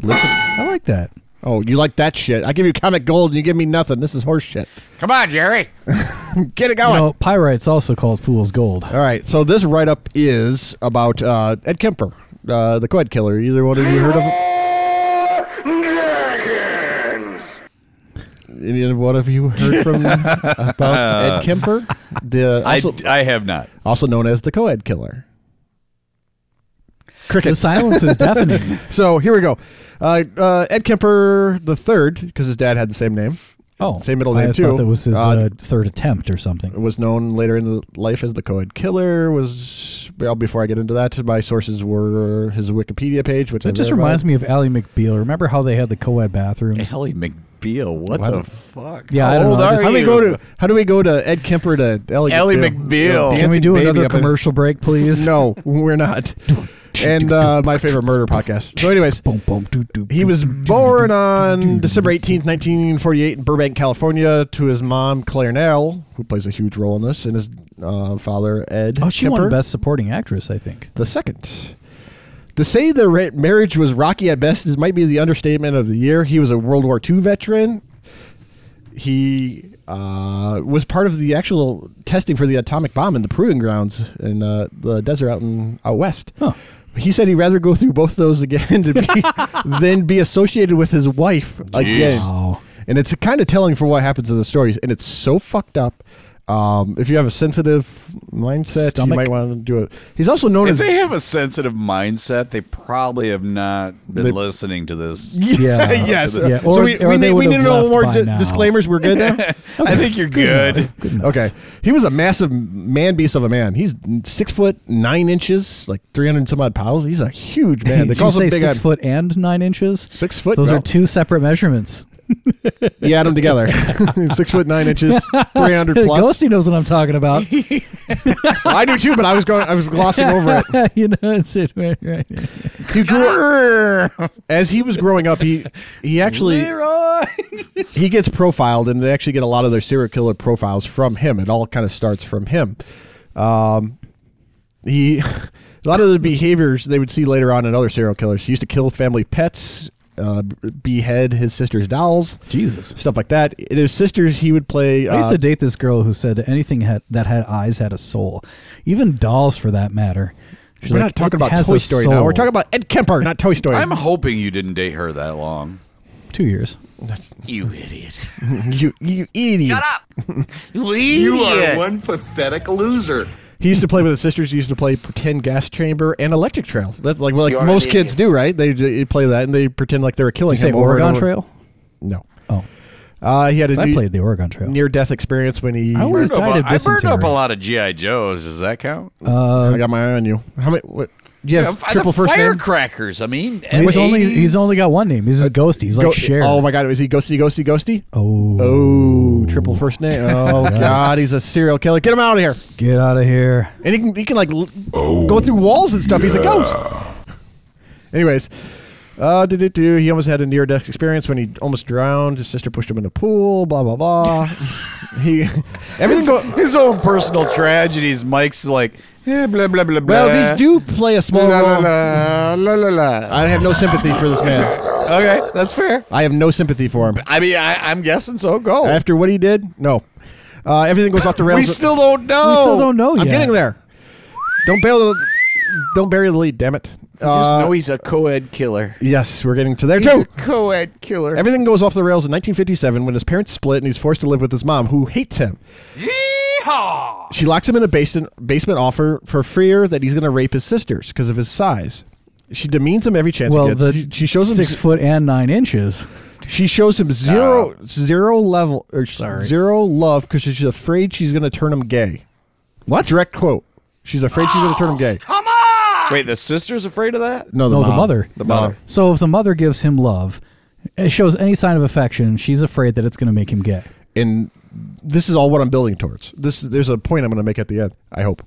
[SPEAKER 3] listen.
[SPEAKER 4] I like that.
[SPEAKER 3] Oh, you like that shit? I give you comic gold, and you give me nothing. This is horse shit.
[SPEAKER 2] Come on, Jerry.
[SPEAKER 3] Get it
[SPEAKER 4] You
[SPEAKER 3] going.
[SPEAKER 4] know, pyrite's also called fool's gold.
[SPEAKER 3] All right. So this write up is about uh, Ed Kemper, uh, the co-ed killer. Either one of you heard of him? Any of one of you heard from about Ed Kemper, the
[SPEAKER 2] I,
[SPEAKER 3] also,
[SPEAKER 2] I have not.
[SPEAKER 3] also known as the co-ed killer?
[SPEAKER 4] The silence is deafening.
[SPEAKER 3] So here we go. Uh, uh, Ed Kemper the third, because his dad had the same name.
[SPEAKER 4] Oh,
[SPEAKER 3] Same middle
[SPEAKER 4] I
[SPEAKER 3] name, too.
[SPEAKER 4] thought that was his uh,
[SPEAKER 3] Uh,
[SPEAKER 4] third attempt or something.
[SPEAKER 3] was known later in the life as the co-ed killer was well before i get into that my sources were his wikipedia page which I
[SPEAKER 4] It just reminds me of Ally McBeal. Remember how they had the co-ed bathrooms?
[SPEAKER 2] Ellie McBeal, what the fuck?
[SPEAKER 4] Yeah, I
[SPEAKER 2] How
[SPEAKER 4] don't
[SPEAKER 2] old
[SPEAKER 4] know.
[SPEAKER 2] are
[SPEAKER 4] Just-
[SPEAKER 3] Uh, how do we
[SPEAKER 2] you?
[SPEAKER 3] go to how do we go to ed kemper to ellie,
[SPEAKER 2] Ellie
[SPEAKER 3] Yo,
[SPEAKER 2] McBeal.
[SPEAKER 4] Can we
[SPEAKER 3] dancing
[SPEAKER 4] do
[SPEAKER 3] baby
[SPEAKER 4] another
[SPEAKER 3] up in-
[SPEAKER 4] commercial break, please?
[SPEAKER 3] no we're not and uh, my favorite murder podcast so anyways
[SPEAKER 4] Boom, boom, doo, doo,
[SPEAKER 3] he
[SPEAKER 4] doo,
[SPEAKER 3] was
[SPEAKER 4] doo, doo,
[SPEAKER 3] born
[SPEAKER 4] doo, doo,
[SPEAKER 3] on
[SPEAKER 4] doo.
[SPEAKER 3] December 18th, 1948, in Burbank, California, to his mom, Claire Nell, who plays a huge role in this, and his uh, father, Ed
[SPEAKER 4] Oh, she
[SPEAKER 3] Kemper.
[SPEAKER 4] won Best Supporting Actress, I think.
[SPEAKER 3] the second. To say the ra- marriage was rocky at best is might be the understatement of the year. He was a World War II veteran. He uh, was part of the actual testing for the atomic bomb in the proving grounds in uh, the desert out in out west.
[SPEAKER 4] Huh.
[SPEAKER 3] He said he'd rather go through both those again to be, than be associated with his wife again.
[SPEAKER 4] Wow.
[SPEAKER 3] And it's kind of telling for what happens in the stories, and it's so fucked up. Um, if you have a sensitive mindset,
[SPEAKER 4] Stomach?
[SPEAKER 3] you might want to do it. He's also known
[SPEAKER 2] If
[SPEAKER 3] as
[SPEAKER 2] they have a sensitive mindset, they probably have not been
[SPEAKER 3] They-
[SPEAKER 2] listening to this.
[SPEAKER 3] Yes.
[SPEAKER 4] Yeah.
[SPEAKER 3] yes.
[SPEAKER 4] Yeah,
[SPEAKER 3] So
[SPEAKER 4] or-
[SPEAKER 3] we,
[SPEAKER 4] or
[SPEAKER 3] we,
[SPEAKER 4] they
[SPEAKER 3] need, we
[SPEAKER 4] would've
[SPEAKER 3] need a little
[SPEAKER 4] left
[SPEAKER 3] more
[SPEAKER 4] by
[SPEAKER 3] di-
[SPEAKER 4] now.
[SPEAKER 3] disclaimers. We're good now?
[SPEAKER 2] I think you're good.
[SPEAKER 3] okay. He was a massive man beast of a man. He's six foot nine inches, like 300 and some odd pounds. He's a huge man. They
[SPEAKER 4] Did
[SPEAKER 3] call
[SPEAKER 4] you
[SPEAKER 3] him
[SPEAKER 4] say
[SPEAKER 3] Big
[SPEAKER 4] six
[SPEAKER 3] Ed.
[SPEAKER 4] foot and nine inches?
[SPEAKER 3] Six foot?
[SPEAKER 4] Those
[SPEAKER 3] no.
[SPEAKER 4] are two separate measurements.
[SPEAKER 3] You add them together. six foot nine inches, 300 plus.
[SPEAKER 4] Ghosty knows what I'm talking about.
[SPEAKER 3] Well, I do too, but I was going. I was glossing over it.
[SPEAKER 4] you know, it's it, right, right.
[SPEAKER 3] He grew, as he was growing up, he he actually he gets profiled, and they actually get a lot of their serial killer profiles from him. It all kind of starts from him. Um, he a lot of the behaviors they would see later on in other serial killers. He used to kill family pets, uh, b- behead his sister's dolls,
[SPEAKER 4] Jesus.
[SPEAKER 3] stuff like that. And his sisters, he would play.
[SPEAKER 4] I used
[SPEAKER 3] Uh,
[SPEAKER 4] to date this girl who said anything had, that had eyes had a soul, even dolls for that matter. She's
[SPEAKER 3] we're
[SPEAKER 4] like,
[SPEAKER 3] not talking
[SPEAKER 4] "It
[SPEAKER 3] about
[SPEAKER 4] has
[SPEAKER 3] Toy
[SPEAKER 4] a
[SPEAKER 3] Story now. We're
[SPEAKER 4] soul."
[SPEAKER 3] talking about Ed Kemper, not Toy Story.
[SPEAKER 2] I'm hoping you didn't date her that long.
[SPEAKER 4] two years.
[SPEAKER 2] You idiot.
[SPEAKER 3] you, you idiot.
[SPEAKER 9] You are one pathetic loser.
[SPEAKER 3] He used to play with his sisters. He used to play pretend gas chamber and electric trail. That's like well, like
[SPEAKER 7] You're
[SPEAKER 3] most
[SPEAKER 7] an
[SPEAKER 3] kids do, right? They, they play that and they pretend like they were killing
[SPEAKER 4] You say
[SPEAKER 3] him. over and
[SPEAKER 4] Oregon
[SPEAKER 3] over.
[SPEAKER 4] Trail?
[SPEAKER 3] No.
[SPEAKER 4] Oh,
[SPEAKER 3] Uh, he had a
[SPEAKER 4] I played the Oregon Trail.
[SPEAKER 3] near death experience when he.
[SPEAKER 4] I always
[SPEAKER 2] Burned up
[SPEAKER 4] died
[SPEAKER 2] a-
[SPEAKER 4] of
[SPEAKER 2] I burned up a
[SPEAKER 4] dysentery.
[SPEAKER 2] lot of G.I. Joes. Does that count?
[SPEAKER 3] I got my eye on you. How many? What? You
[SPEAKER 2] Yeah,
[SPEAKER 3] have
[SPEAKER 2] fi-
[SPEAKER 3] triple
[SPEAKER 2] the
[SPEAKER 3] first name.
[SPEAKER 2] firecrackers. I mean, and
[SPEAKER 4] He's only he's
[SPEAKER 2] 80s.
[SPEAKER 4] only got one name. He's his ghosty. He's like
[SPEAKER 3] Uh, Go-
[SPEAKER 4] Cher.
[SPEAKER 3] Oh my God! Is he ghosty, ghosty, ghosty?
[SPEAKER 4] Oh,
[SPEAKER 3] Oh, triple first name. Oh God, he's a serial killer. Get him out of here!
[SPEAKER 4] get out of here.
[SPEAKER 3] And he can he can like l- go through walls and stuff. He's a ghost. Anyways, uh, do, do, do. he almost had a near death experience when he almost drowned. His sister pushed him in a pool. Blah blah blah. he everything. Go-
[SPEAKER 2] his own personal tragedies. Mike's like, eh, blah blah blah blah.
[SPEAKER 3] well, these do play a small
[SPEAKER 2] La la
[SPEAKER 3] role.
[SPEAKER 2] la la la la.
[SPEAKER 3] I have no sympathy for this man.
[SPEAKER 8] Okay, that's fair.
[SPEAKER 3] I have no sympathy for him.
[SPEAKER 8] I mean, I, I'm guessing so. Go.
[SPEAKER 3] After what he did, no. Uh, everything goes off the rails.
[SPEAKER 8] we still don't know.
[SPEAKER 4] We still don't know
[SPEAKER 3] I'm
[SPEAKER 4] yet.
[SPEAKER 3] getting there. Don't bail. The, don't bury the lead. Damn it.
[SPEAKER 8] Just
[SPEAKER 3] Uh,
[SPEAKER 8] know he's a co-ed killer.
[SPEAKER 3] yes, we're getting to there
[SPEAKER 8] He's
[SPEAKER 3] too.
[SPEAKER 8] a co-ed killer.
[SPEAKER 3] Everything goes off the rails in 1957 when his parents split and he's forced to live with his mom, who hates him. She locks him in a basement basement offer for fear that he's going to rape his sisters because of his size. She demeans him every chance he
[SPEAKER 4] Well,
[SPEAKER 3] gets.
[SPEAKER 4] the
[SPEAKER 3] she, she shows him
[SPEAKER 4] six foot and nine inches.
[SPEAKER 3] She shows him zero zero level or sh- zero love because she's afraid she's going to turn him gay. What? Direct quote. She's afraid she's going to turn him gay.
[SPEAKER 8] Wait, the sister's afraid of that?
[SPEAKER 3] No, the,
[SPEAKER 4] No, the
[SPEAKER 3] mom.
[SPEAKER 4] mother.
[SPEAKER 8] The mother.
[SPEAKER 4] So if the mother gives him love, it shows any sign of affection, she's afraid that it's going to make him gay.
[SPEAKER 3] And this is all what I'm building towards. This there's a point I'm going to make at the end. I hope.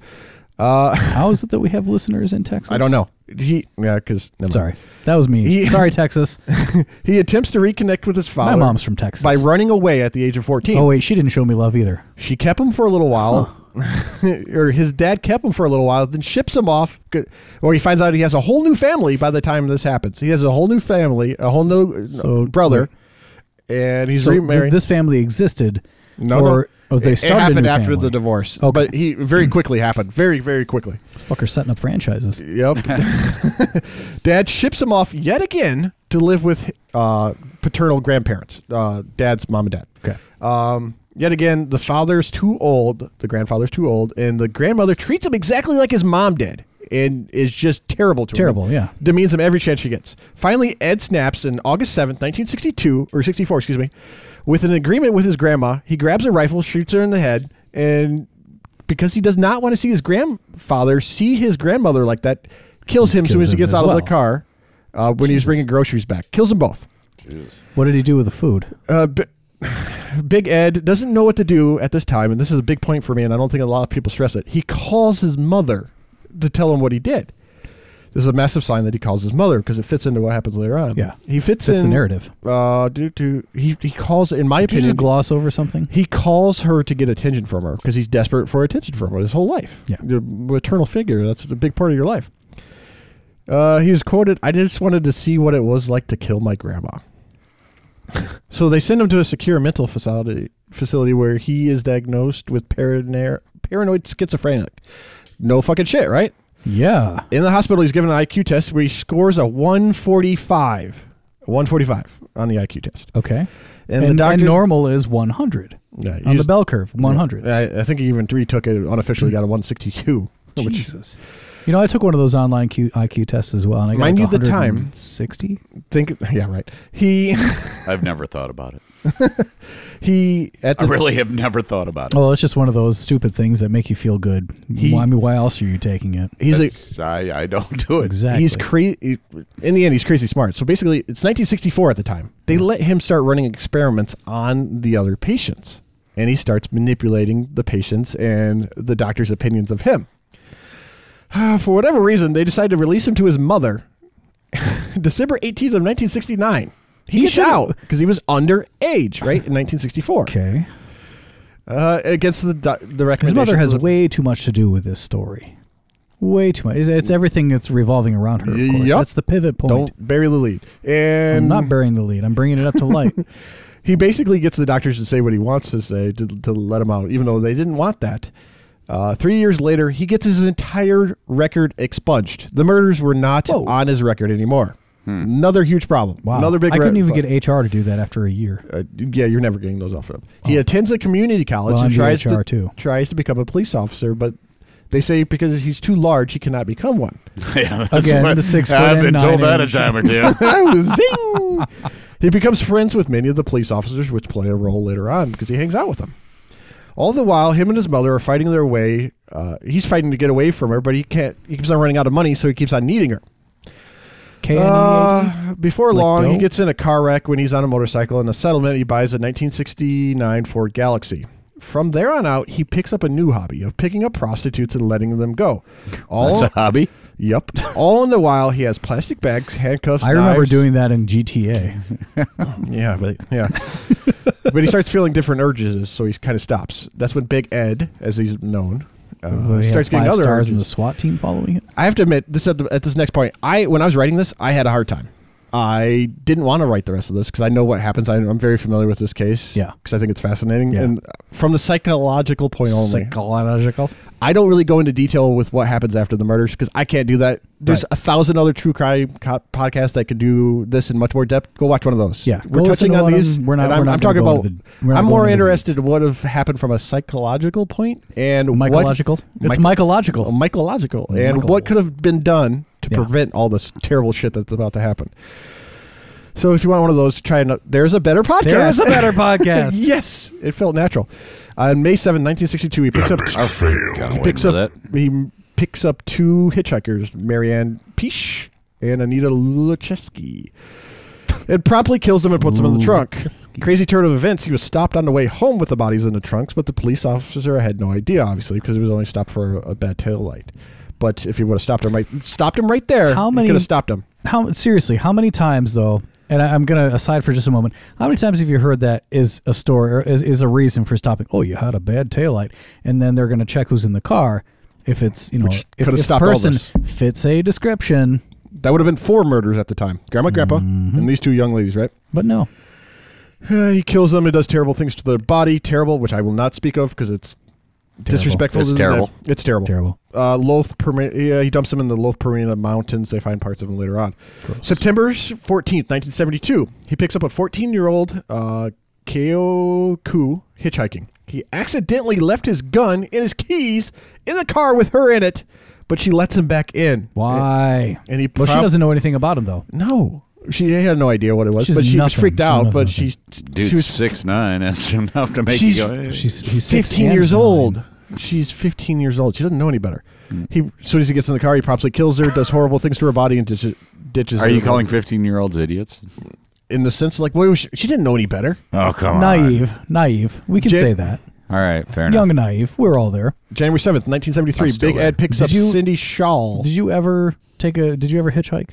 [SPEAKER 4] How is it that we have listeners in Texas?
[SPEAKER 3] I don't know. He yeah, because
[SPEAKER 4] Sorry, that was me.
[SPEAKER 3] He-
[SPEAKER 4] Sorry, Texas.
[SPEAKER 3] He attempts to reconnect with his father.
[SPEAKER 4] mom's from Texas.
[SPEAKER 3] By running away at the age of 14.
[SPEAKER 4] Oh wait, she didn't show me love either.
[SPEAKER 3] She kept him for a little while, or his dad kept him for a little while, then ships him off. g- Or he finds out he has a whole new family by the time this happens. He has a whole new family, a whole new uh,
[SPEAKER 4] So-
[SPEAKER 3] brother, and he's
[SPEAKER 4] So th-
[SPEAKER 3] remarried.
[SPEAKER 4] this family existed.
[SPEAKER 3] no, no.
[SPEAKER 4] or, or they
[SPEAKER 3] It-
[SPEAKER 4] started
[SPEAKER 3] it
[SPEAKER 4] a
[SPEAKER 3] happened
[SPEAKER 4] new
[SPEAKER 3] after
[SPEAKER 4] family.
[SPEAKER 3] the divorce.
[SPEAKER 4] Okay.
[SPEAKER 3] But he very quickly happened. Very, very quickly.
[SPEAKER 4] This fucker's setting up franchises.
[SPEAKER 3] Yep. Dad ships him off yet again to live with uh, paternal grandparents, uh, dad's mom and dad.
[SPEAKER 4] Okay.
[SPEAKER 3] Um, yet again, the father's too old, the grandfather's too old, and the grandmother treats him exactly like his mom did and is just terrible to him.
[SPEAKER 4] Terrible, yeah.
[SPEAKER 3] Demeans him every chance she gets. Finally, Ed snaps in August 7th, 1962, or 64, excuse me, with an agreement with his grandma. He grabs a rifle, shoots her in the head, and because he does not want to see his grandfather see his grandmother like that, kills him as soon
[SPEAKER 4] Kills
[SPEAKER 3] as he
[SPEAKER 4] him
[SPEAKER 3] gets
[SPEAKER 4] as
[SPEAKER 3] out
[SPEAKER 4] well.
[SPEAKER 3] of the car uh, when he's bringing groceries back. Kills them both.
[SPEAKER 4] What did he do with the food?
[SPEAKER 3] Uh, B- Big Ed doesn't know what to do at this time, and this is a big point for me, and I don't think a lot of people stress it. He calls his mother to tell him what he did. This is a massive sign that he calls his mother because it fits into what happens later on.
[SPEAKER 4] Yeah.
[SPEAKER 3] he fits,
[SPEAKER 4] Fits the
[SPEAKER 3] in
[SPEAKER 4] narrative.
[SPEAKER 3] Uh, due to he he calls in my
[SPEAKER 4] Did you just
[SPEAKER 3] opinion
[SPEAKER 4] gloss over something?
[SPEAKER 3] he calls her to get attention from her because he's desperate for attention from her his whole life.
[SPEAKER 4] Yeah.
[SPEAKER 3] The maternal figure, that's a big part of your life. Uh, he was quoted, I just wanted to see what it was like to kill my grandma. so they send him to a secure mental facility, facility where he is diagnosed with parano- paranoid schizophrenic. No fucking shit, right?
[SPEAKER 4] Yeah.
[SPEAKER 3] In the hospital, he's given an IQ test where he scores a 145. 145 on the IQ test.
[SPEAKER 4] Okay.
[SPEAKER 3] And
[SPEAKER 4] And,
[SPEAKER 3] the
[SPEAKER 4] and
[SPEAKER 3] doctor-
[SPEAKER 4] normal is 100
[SPEAKER 3] Yeah,
[SPEAKER 4] on the
[SPEAKER 3] he's-
[SPEAKER 4] bell curve. 100.
[SPEAKER 3] I, I think he even retook it unofficially, got a 162. Which,
[SPEAKER 4] Jesus. You know, I took one of those online Q, IQ tests as well, and I got
[SPEAKER 3] Mind
[SPEAKER 4] like
[SPEAKER 3] you, the time.
[SPEAKER 4] 60.
[SPEAKER 3] think, yeah, right. He,
[SPEAKER 2] I've never thought about it.
[SPEAKER 3] he, at
[SPEAKER 2] I
[SPEAKER 3] the,
[SPEAKER 2] really have never thought about it.
[SPEAKER 4] Well, it's just one of those stupid things that make you feel good. why, I mean, why else are you taking it?
[SPEAKER 3] he's a,
[SPEAKER 2] That's- I, I don't do it.
[SPEAKER 4] Exactly.
[SPEAKER 3] he's crazy. In the end, he's crazy smart. So basically, it's 1964 at the time. They let him start running experiments on the other patients, and he starts manipulating the patients and the doctor's opinions of him. For whatever reason, they decide to release him to his mother, December 18th of 1969. He, gets
[SPEAKER 4] should've-
[SPEAKER 3] out because he was underage, right? In 1964.
[SPEAKER 4] okay.
[SPEAKER 3] Uh, against the do- the recommendation.
[SPEAKER 4] His mother has way too much to do with this story. Way too much. It's, it's everything that's revolving around her, of course.
[SPEAKER 3] Yep.
[SPEAKER 4] That's the pivot point.
[SPEAKER 3] Don't bury the lead.
[SPEAKER 4] I'm
[SPEAKER 3] And
[SPEAKER 4] not burying the lead. I'm bringing it up to light.
[SPEAKER 3] he basically gets the doctors to say what he wants to say to, to let him out, even though they didn't want that. Uh, three years later, he gets his entire record expunged. The murders were not
[SPEAKER 4] Whoa.
[SPEAKER 3] on his record anymore. Another huge problem.
[SPEAKER 4] Wow.
[SPEAKER 3] Another big.
[SPEAKER 4] I couldn't
[SPEAKER 3] red
[SPEAKER 4] even
[SPEAKER 3] flag.
[SPEAKER 4] get HR to do that after a year.
[SPEAKER 3] Uh, yeah, you're never getting those off of him. He attends a community college
[SPEAKER 4] Oh. Well,
[SPEAKER 3] and
[SPEAKER 4] I'm
[SPEAKER 3] tries
[SPEAKER 4] DHR
[SPEAKER 3] to
[SPEAKER 4] too.
[SPEAKER 3] tries to become a police officer, but they say because he's too large, he cannot become one.
[SPEAKER 2] Yeah, that's
[SPEAKER 4] Again,
[SPEAKER 2] what-
[SPEAKER 4] the six foot
[SPEAKER 2] I've
[SPEAKER 4] and
[SPEAKER 2] been told
[SPEAKER 4] nine
[SPEAKER 2] that a
[SPEAKER 4] inch.
[SPEAKER 2] time or two.
[SPEAKER 3] Zing! He becomes friends with many of the police officers, which play a role later on because he hangs out with them. All the while, him and his mother are fighting their way. Uh, he's fighting to get away from her, but he can't. He keeps on running out of money, so he keeps on needing her.
[SPEAKER 4] K N E A D?
[SPEAKER 3] Uh, before
[SPEAKER 4] Like
[SPEAKER 3] long, he
[SPEAKER 4] dope?
[SPEAKER 3] gets in a car wreck when he's on a motorcycle. In a settlement, he buys a 1969 Ford Galaxy. From there on out, he picks up a new hobby of picking up prostitutes and letting them go. All
[SPEAKER 2] That's a hobby.
[SPEAKER 3] yep. All in the while, he has plastic bags, handcuffs.
[SPEAKER 4] I remember
[SPEAKER 3] knives.
[SPEAKER 4] doing that in GTA.
[SPEAKER 3] Yeah, but yeah. but he starts feeling different urges, so he kind of stops. That's when Big Ed, as he's known, uh,
[SPEAKER 4] He had
[SPEAKER 3] starts getting
[SPEAKER 4] five
[SPEAKER 3] other
[SPEAKER 4] stars
[SPEAKER 3] urges.
[SPEAKER 4] and the SWAT team following it.
[SPEAKER 3] I have to admit, this at, the, at this next point, I when I was writing this, I had a hard time. I didn't want to write the rest of this because I know what happens. I, I'm very familiar with this case.
[SPEAKER 4] Yeah.
[SPEAKER 3] Because I think it's fascinating.
[SPEAKER 4] Yeah.
[SPEAKER 3] And uh, from the psychological point only,
[SPEAKER 4] Psychological.
[SPEAKER 3] I don't really go into detail with what happens after the murders because I can't do that. There's
[SPEAKER 4] Right.
[SPEAKER 3] a thousand other true crime co- podcasts that could do this in much more depth. Go watch one of those.
[SPEAKER 4] Yeah.
[SPEAKER 3] we're
[SPEAKER 4] Go listen
[SPEAKER 3] touching
[SPEAKER 4] to
[SPEAKER 3] on
[SPEAKER 4] one of
[SPEAKER 3] these.
[SPEAKER 4] them. We're not-
[SPEAKER 3] and I'm,
[SPEAKER 4] we're not
[SPEAKER 3] I'm
[SPEAKER 4] gonna
[SPEAKER 3] talking
[SPEAKER 4] go
[SPEAKER 3] about.
[SPEAKER 4] into the- we're not
[SPEAKER 3] I'm
[SPEAKER 4] going
[SPEAKER 3] more
[SPEAKER 4] into the
[SPEAKER 3] interested
[SPEAKER 4] weeds.
[SPEAKER 3] in what have happened from a psychological point and what-
[SPEAKER 4] Mycological. It's
[SPEAKER 3] Myc-
[SPEAKER 4] mycological.
[SPEAKER 3] mycological, and
[SPEAKER 4] Mycological.
[SPEAKER 3] what could have been done to
[SPEAKER 4] Yeah.
[SPEAKER 3] prevent all this terrible shit that's about to happen. So if you want one of those, try and there's a better podcast.
[SPEAKER 4] There is a better podcast.
[SPEAKER 3] yes, it felt natural. Uh, On May 7, 1962, he picks up he picks
[SPEAKER 2] for
[SPEAKER 3] up he picks up two hitchhikers, Marianne Pish and Anita Lucheski. And promptly kills them and puts them in the trunk. Crazy turn of events. He was stopped on the way home with the bodies in the trunks, but the police officer had no idea, obviously, because he was only stopped for a bad tail light. But if he would have stopped him right, stopped him right there,
[SPEAKER 4] How
[SPEAKER 3] he
[SPEAKER 4] many-
[SPEAKER 3] could have stopped him?
[SPEAKER 4] How seriously? How many times though? And I, I'm gonna aside for just a moment. How many times have you heard that is a story or is, is a reason for stopping? Oh, you had a bad taillight, and then they're gonna check who's in the car. If it's you know if,
[SPEAKER 3] could've
[SPEAKER 4] if
[SPEAKER 3] stopped all
[SPEAKER 4] person
[SPEAKER 3] this.
[SPEAKER 4] fits a description,
[SPEAKER 3] That would have been four murders at the time. Grandma, grandpa,
[SPEAKER 4] Mm-hmm.
[SPEAKER 3] and these two young ladies, right?
[SPEAKER 4] but no,
[SPEAKER 3] Uh, he kills them. He does terrible things to their body. Terrible, which I will not speak of because it's disrespectful.
[SPEAKER 8] It's
[SPEAKER 3] to them.
[SPEAKER 8] terrible.
[SPEAKER 3] It's terrible.
[SPEAKER 4] terrible.
[SPEAKER 3] Uh, Loth Perma- yeah, he dumps them in the Loth Perina Mountains. They find parts of him later on. September 14th, 1972. He picks up a 14 year old uh, Keoku hitchhiking. He accidentally left his gun and his keys in the car with her in it, but she lets him back in.
[SPEAKER 4] Why?
[SPEAKER 3] And he
[SPEAKER 4] well, she
[SPEAKER 3] prob-
[SPEAKER 4] doesn't know anything about him though.
[SPEAKER 3] No. She had no idea what it was,
[SPEAKER 4] She's
[SPEAKER 3] but she was
[SPEAKER 4] nothing.
[SPEAKER 3] freaked
[SPEAKER 4] She's
[SPEAKER 3] out. But
[SPEAKER 4] nothing.
[SPEAKER 3] she,
[SPEAKER 2] Dude,
[SPEAKER 3] she was
[SPEAKER 2] six nine. That's enough to make
[SPEAKER 3] She's-
[SPEAKER 2] you go. "Hey."
[SPEAKER 4] She's she's six
[SPEAKER 3] 15
[SPEAKER 4] and
[SPEAKER 3] years
[SPEAKER 4] nine. Mm.
[SPEAKER 3] old. She's 15 years old. She doesn't know any better. He, as soon as he gets in the car, he promptly kills her, does horrible things to her body, and ditches. ditches
[SPEAKER 2] Are
[SPEAKER 3] her
[SPEAKER 2] you calling fifteen year olds idiots?
[SPEAKER 3] in the sense like what was she, she didn't know any better?
[SPEAKER 2] Oh come
[SPEAKER 4] Naive, naive. We can
[SPEAKER 3] Ja-
[SPEAKER 4] say that.
[SPEAKER 2] on. All right, fair
[SPEAKER 4] Young
[SPEAKER 2] enough.
[SPEAKER 4] and naive. We're all there.
[SPEAKER 3] January 7th, 1973,
[SPEAKER 2] I'm still
[SPEAKER 3] Big
[SPEAKER 2] there.
[SPEAKER 3] Ed picks
[SPEAKER 4] Did
[SPEAKER 3] up
[SPEAKER 4] you-
[SPEAKER 3] Cindy Shawl.
[SPEAKER 4] Did you ever take a? Did you ever hitchhike?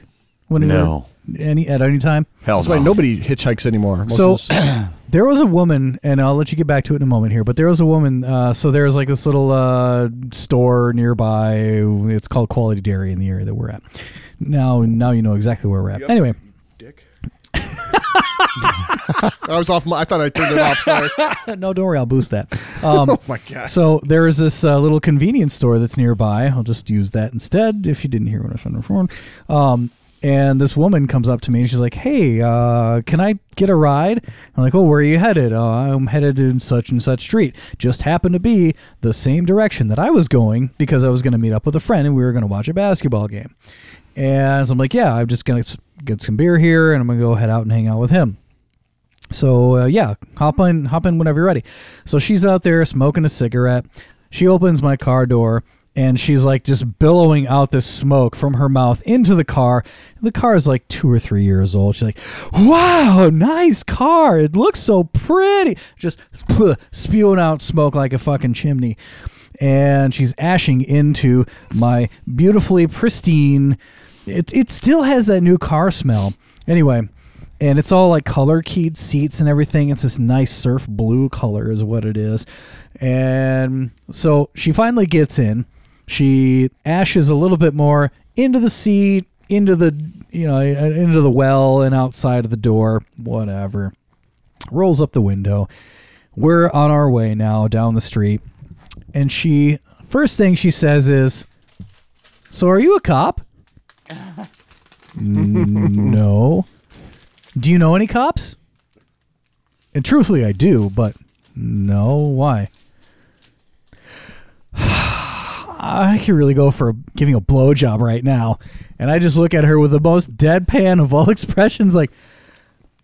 [SPEAKER 4] When you
[SPEAKER 2] No.
[SPEAKER 4] were- any at any time?
[SPEAKER 2] Hell
[SPEAKER 3] That's why
[SPEAKER 2] no.
[SPEAKER 3] nobody hitchhikes anymore. Most
[SPEAKER 4] So-
[SPEAKER 3] of us-
[SPEAKER 4] There was a woman, and I'll let you get back to it in a moment here. But there was a woman. Uh, so there was like this little uh, store nearby. It's called Quality Dairy in the area that we're at. Now, now you know exactly where we're at. Anyway,
[SPEAKER 3] I was off. My, I thought I turned it off. Sorry.
[SPEAKER 4] no, don't worry, I'll boost that. Um,
[SPEAKER 3] my God.
[SPEAKER 4] So there is this uh, little convenience store that's nearby. I'll just use that instead if you didn't hear what I was trying to refer on. Um, and this woman comes up to me and she's like, "Hey, uh, can I get a ride?" I'm like, "Oh, where are you headed?" "Oh, I'm headed in such and such street. Just happened to be the same direction that I was going because I was going to meet up with a friend and we were going to watch a basketball game." And so I'm like, "Yeah, I'm just going to get some beer here and I'm going to go head out and hang out with him." So uh, yeah, hop in, hop in whenever you're ready. So she's out there smoking a cigarette. She opens my car door and she's like just billowing out this smoke from her mouth into the car. The car is like two or three years old. She's like, "Wow, nice car! It looks so pretty." Just spewing out smoke like a fucking chimney, and she's ashing into my beautifully pristine. It it still has that new car smell. Anyway, and it's all like color keyed seats and everything. It's this nice surf blue color is what it is. And so she finally gets in. She ashes a little bit more into the seat, into the you know, into the well and outside of the door, whatever. Rolls up the window. We're on our way now down the street. And she first thing she says is, "So are you a cop?" no. Do you know any cops? And truthfully, I do, but no. Why? I could really go for giving a blowjob right now. And I just look at her with the most deadpan of all expressions, like,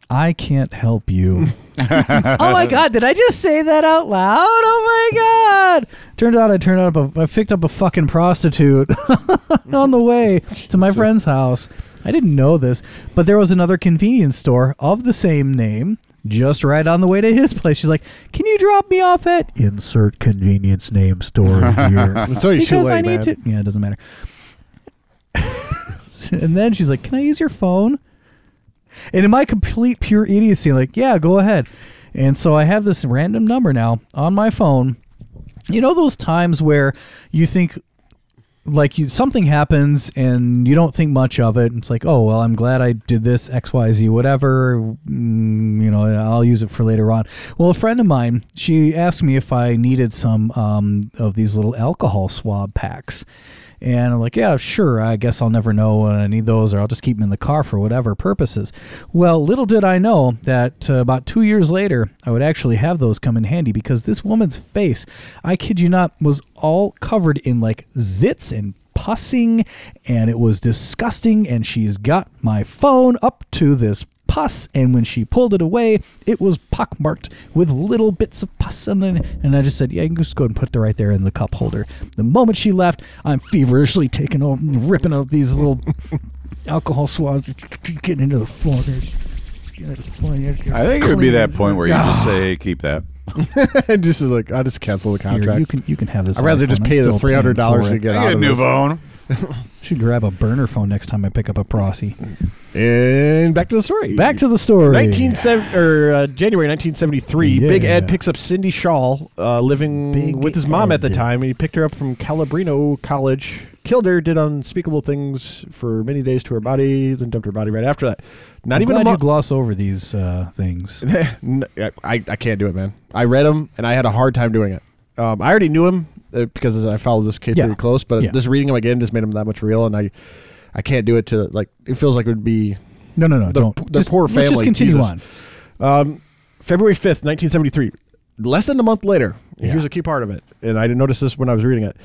[SPEAKER 4] I can't help you. oh my God, did I just say that out loud? Oh my God. Turns out I turned up a, I picked up a fucking prostitute on the way to my friend's house. I didn't know this, but there was another convenience store of the same name just right on the way to his place. She's like, Can you drop me off at insert convenience name store here?
[SPEAKER 3] It's already too
[SPEAKER 4] because
[SPEAKER 3] late,
[SPEAKER 4] I need
[SPEAKER 3] man.
[SPEAKER 4] to. Yeah, it doesn't matter. and then she's like, "Can I use your phone?" And in my complete pure idiocy, I'm like, "Yeah, go ahead." And so I have this random number now on my phone. You know those times where you think like you something happens and you don't think much of it. and It's like, oh well, I'm glad I did this X Y Z whatever. Mm, you know, I'll use it for later on. Well, a friend of mine, she asked me if I needed some um, of these little alcohol swab packs. And I'm like, yeah, sure. I guess I'll never know when I need those, or I'll just keep them in the car for whatever purposes. Well, little did I know that uh, about two years later, I would actually have those come in handy because this woman's face, I kid you not, was all covered in like zits and pussing, and it was disgusting. And she's got my phone up to this pus and when she pulled it away it was pockmarked with little bits of pus and then and i just said yeah you can just go and put it right there in the cup holder the moment she left i'm feverishly taking over ripping out these little alcohol swabs getting into the floor there's
[SPEAKER 8] I think it would be that point where you just say, "Hey, keep that."
[SPEAKER 3] and just is like, I just cancel the
[SPEAKER 4] Here,
[SPEAKER 3] contract.
[SPEAKER 4] you can you can have this.
[SPEAKER 3] I'd rather
[SPEAKER 4] iPhone.
[SPEAKER 3] just
[SPEAKER 4] I'm
[SPEAKER 3] pay
[SPEAKER 4] still
[SPEAKER 3] the
[SPEAKER 4] paying
[SPEAKER 3] three hundred dollars
[SPEAKER 4] for
[SPEAKER 3] to
[SPEAKER 4] it.
[SPEAKER 3] get
[SPEAKER 8] I
[SPEAKER 3] out
[SPEAKER 8] get a
[SPEAKER 3] of
[SPEAKER 8] new
[SPEAKER 3] this.
[SPEAKER 8] phone.
[SPEAKER 4] Should grab a burner phone next time I pick up a prosy.
[SPEAKER 3] And back to the story.
[SPEAKER 4] Back to the story.
[SPEAKER 3] 1970 or uh, January 1973, Big Ed
[SPEAKER 4] Yeah.
[SPEAKER 3] picks up Cindy Shaw, uh, living
[SPEAKER 4] Big
[SPEAKER 3] with his mom at the
[SPEAKER 4] Ed.
[SPEAKER 3] time. He picked her up from Calabrino College, killed her, did unspeakable things for many days to her body, then dumped her body right after that. Not
[SPEAKER 4] I'm
[SPEAKER 3] even a
[SPEAKER 4] glad you
[SPEAKER 3] month.
[SPEAKER 4] gloss over these uh, things.
[SPEAKER 3] N- I, I can't do it, man. I read him and I had a hard time doing it. Um, I already knew him uh, because I followed this kid
[SPEAKER 4] Yeah.
[SPEAKER 3] pretty close, but
[SPEAKER 4] Yeah.
[SPEAKER 3] just reading him again just made him that much real, and I, I can't do it to like. It feels like it would be
[SPEAKER 4] No, no, no.
[SPEAKER 3] The-
[SPEAKER 4] don't.
[SPEAKER 3] the
[SPEAKER 4] just,
[SPEAKER 3] poor
[SPEAKER 4] Let's just
[SPEAKER 3] family,
[SPEAKER 4] continue
[SPEAKER 3] Jesus.
[SPEAKER 4] on.
[SPEAKER 3] February 5th, 1973. Less than a month later.
[SPEAKER 4] Yeah.
[SPEAKER 3] Here's a key part of it. And I didn't notice this when I was reading it.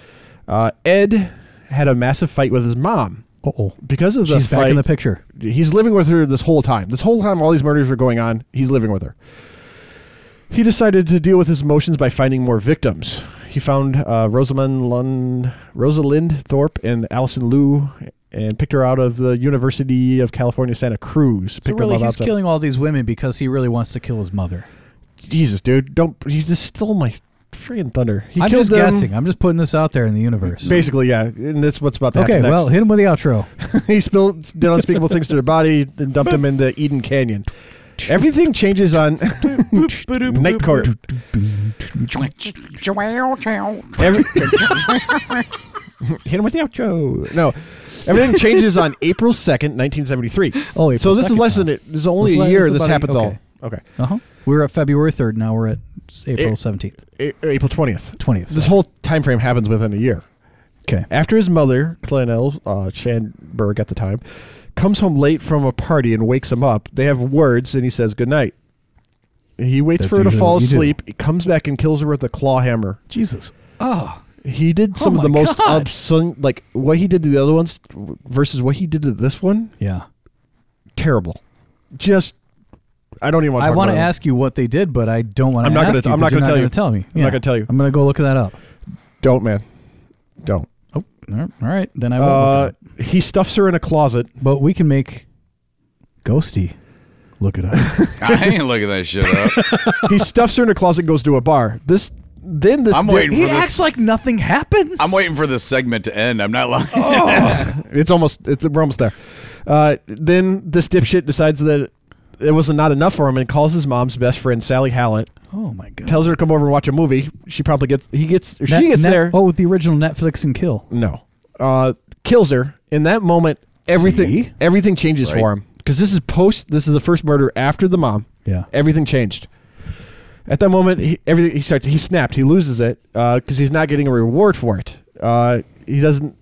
[SPEAKER 3] Uh, Ed had a massive fight with his mom.
[SPEAKER 4] Oh,
[SPEAKER 3] Because of the
[SPEAKER 4] she's back in the
[SPEAKER 3] fight-
[SPEAKER 4] picture.
[SPEAKER 3] He's living with her this whole time. This whole time, all these murders were going on, he's living with her. He decided to deal with his emotions by finding more victims. He found uh, Rosamund Lund, Rosalind Thorpe and Allison Liu and picked her out of the University of California, Santa Cruz.
[SPEAKER 4] So
[SPEAKER 3] Picked them
[SPEAKER 4] really,
[SPEAKER 3] up
[SPEAKER 4] he's
[SPEAKER 3] outside-
[SPEAKER 4] killing all these women because he really wants to kill his mother.
[SPEAKER 3] Jesus, dude, don't he just stole my freaking thunder? He
[SPEAKER 4] I'm
[SPEAKER 3] killed
[SPEAKER 4] just
[SPEAKER 3] them.
[SPEAKER 4] guessing. I'm just putting this out there in the universe.
[SPEAKER 3] Basically, yeah, and that's what's about to
[SPEAKER 4] Okay,
[SPEAKER 3] happen.
[SPEAKER 4] well, hit him with the outro.
[SPEAKER 3] well, he spilled did unspeakable things to their body and dumped them in the Eden Canyon. Everything changes on Night Court. Every- Hit him with the outro. No, everything changes on April second, nineteen seventy three.
[SPEAKER 4] Oh, April
[SPEAKER 3] so this is
[SPEAKER 4] 2nd,
[SPEAKER 3] less
[SPEAKER 4] huh?
[SPEAKER 3] than it. There's only
[SPEAKER 4] This
[SPEAKER 3] a
[SPEAKER 4] le-
[SPEAKER 3] year.
[SPEAKER 4] this is
[SPEAKER 3] This
[SPEAKER 4] about a-
[SPEAKER 3] happens
[SPEAKER 4] okay.
[SPEAKER 3] all. Okay,
[SPEAKER 4] Uh huh. We were at February 3rd. Now we're at April
[SPEAKER 3] It-
[SPEAKER 4] 17th,
[SPEAKER 3] A- April twentieth.
[SPEAKER 4] 20th.
[SPEAKER 3] This
[SPEAKER 4] sorry.
[SPEAKER 3] whole time frame happens within a year.
[SPEAKER 4] okay.
[SPEAKER 3] After his mother, Clanel uh, Shanberg at the time, comes home late from a party and wakes him up, they have words and he says goodnight. He waits
[SPEAKER 4] That's
[SPEAKER 3] for her to
[SPEAKER 4] usually
[SPEAKER 3] fall
[SPEAKER 4] what you do.
[SPEAKER 3] asleep. He comes back and kills her with a claw hammer.
[SPEAKER 4] Jesus. Oh,
[SPEAKER 3] He did some of
[SPEAKER 4] my
[SPEAKER 3] the most
[SPEAKER 4] God.
[SPEAKER 3] obscene, like what he did to the other ones versus what he did to this one.
[SPEAKER 4] yeah.
[SPEAKER 3] Terrible. Just, I don't even want to.
[SPEAKER 4] I
[SPEAKER 3] talk
[SPEAKER 4] want to
[SPEAKER 3] about it.
[SPEAKER 4] ask you what they did, but I don't want to.
[SPEAKER 3] I'm not
[SPEAKER 4] ask
[SPEAKER 3] gonna-
[SPEAKER 4] you
[SPEAKER 3] I'm not
[SPEAKER 4] 'cause you're
[SPEAKER 3] gonna tell
[SPEAKER 4] gonna
[SPEAKER 3] you.
[SPEAKER 4] Tell me.
[SPEAKER 3] I'm not
[SPEAKER 4] Yeah.
[SPEAKER 3] gonna tell you.
[SPEAKER 4] I'm gonna go look that up.
[SPEAKER 3] Don't, man. Don't.
[SPEAKER 4] Oh, all right, all right. Then I will. look it
[SPEAKER 3] Uh,
[SPEAKER 4] up.
[SPEAKER 3] he stuffs her in a closet.
[SPEAKER 4] But we can make Ghosty look it up.
[SPEAKER 8] I ain't looking that shit up.
[SPEAKER 3] he stuffs her in a closet. and Goes to a bar. This, then this.
[SPEAKER 8] I'm
[SPEAKER 3] dude-
[SPEAKER 8] waiting for this.
[SPEAKER 4] like nothing happens.
[SPEAKER 8] I'm waiting for this segment to end. I'm not lying.
[SPEAKER 3] It's almost it's we're almost there. Uh, then this dipshit decides that it was not enough for him and calls his mom's best friend Sally Hallett,
[SPEAKER 4] Oh my god.
[SPEAKER 3] tells her to come over and watch a movie. She probably gets he gets or
[SPEAKER 4] Net-
[SPEAKER 3] she gets
[SPEAKER 4] net-
[SPEAKER 3] there.
[SPEAKER 4] Oh, with the original Netflix and Kill.
[SPEAKER 3] no, uh, kills her. In that moment, everything
[SPEAKER 4] See?
[SPEAKER 3] everything changes for him because this is post. This is the first murder after the mom.
[SPEAKER 4] Yeah.
[SPEAKER 3] everything changed. At that moment, he, everything he starts he snapped. He loses it because he's not getting a reward for it. Uh, he doesn't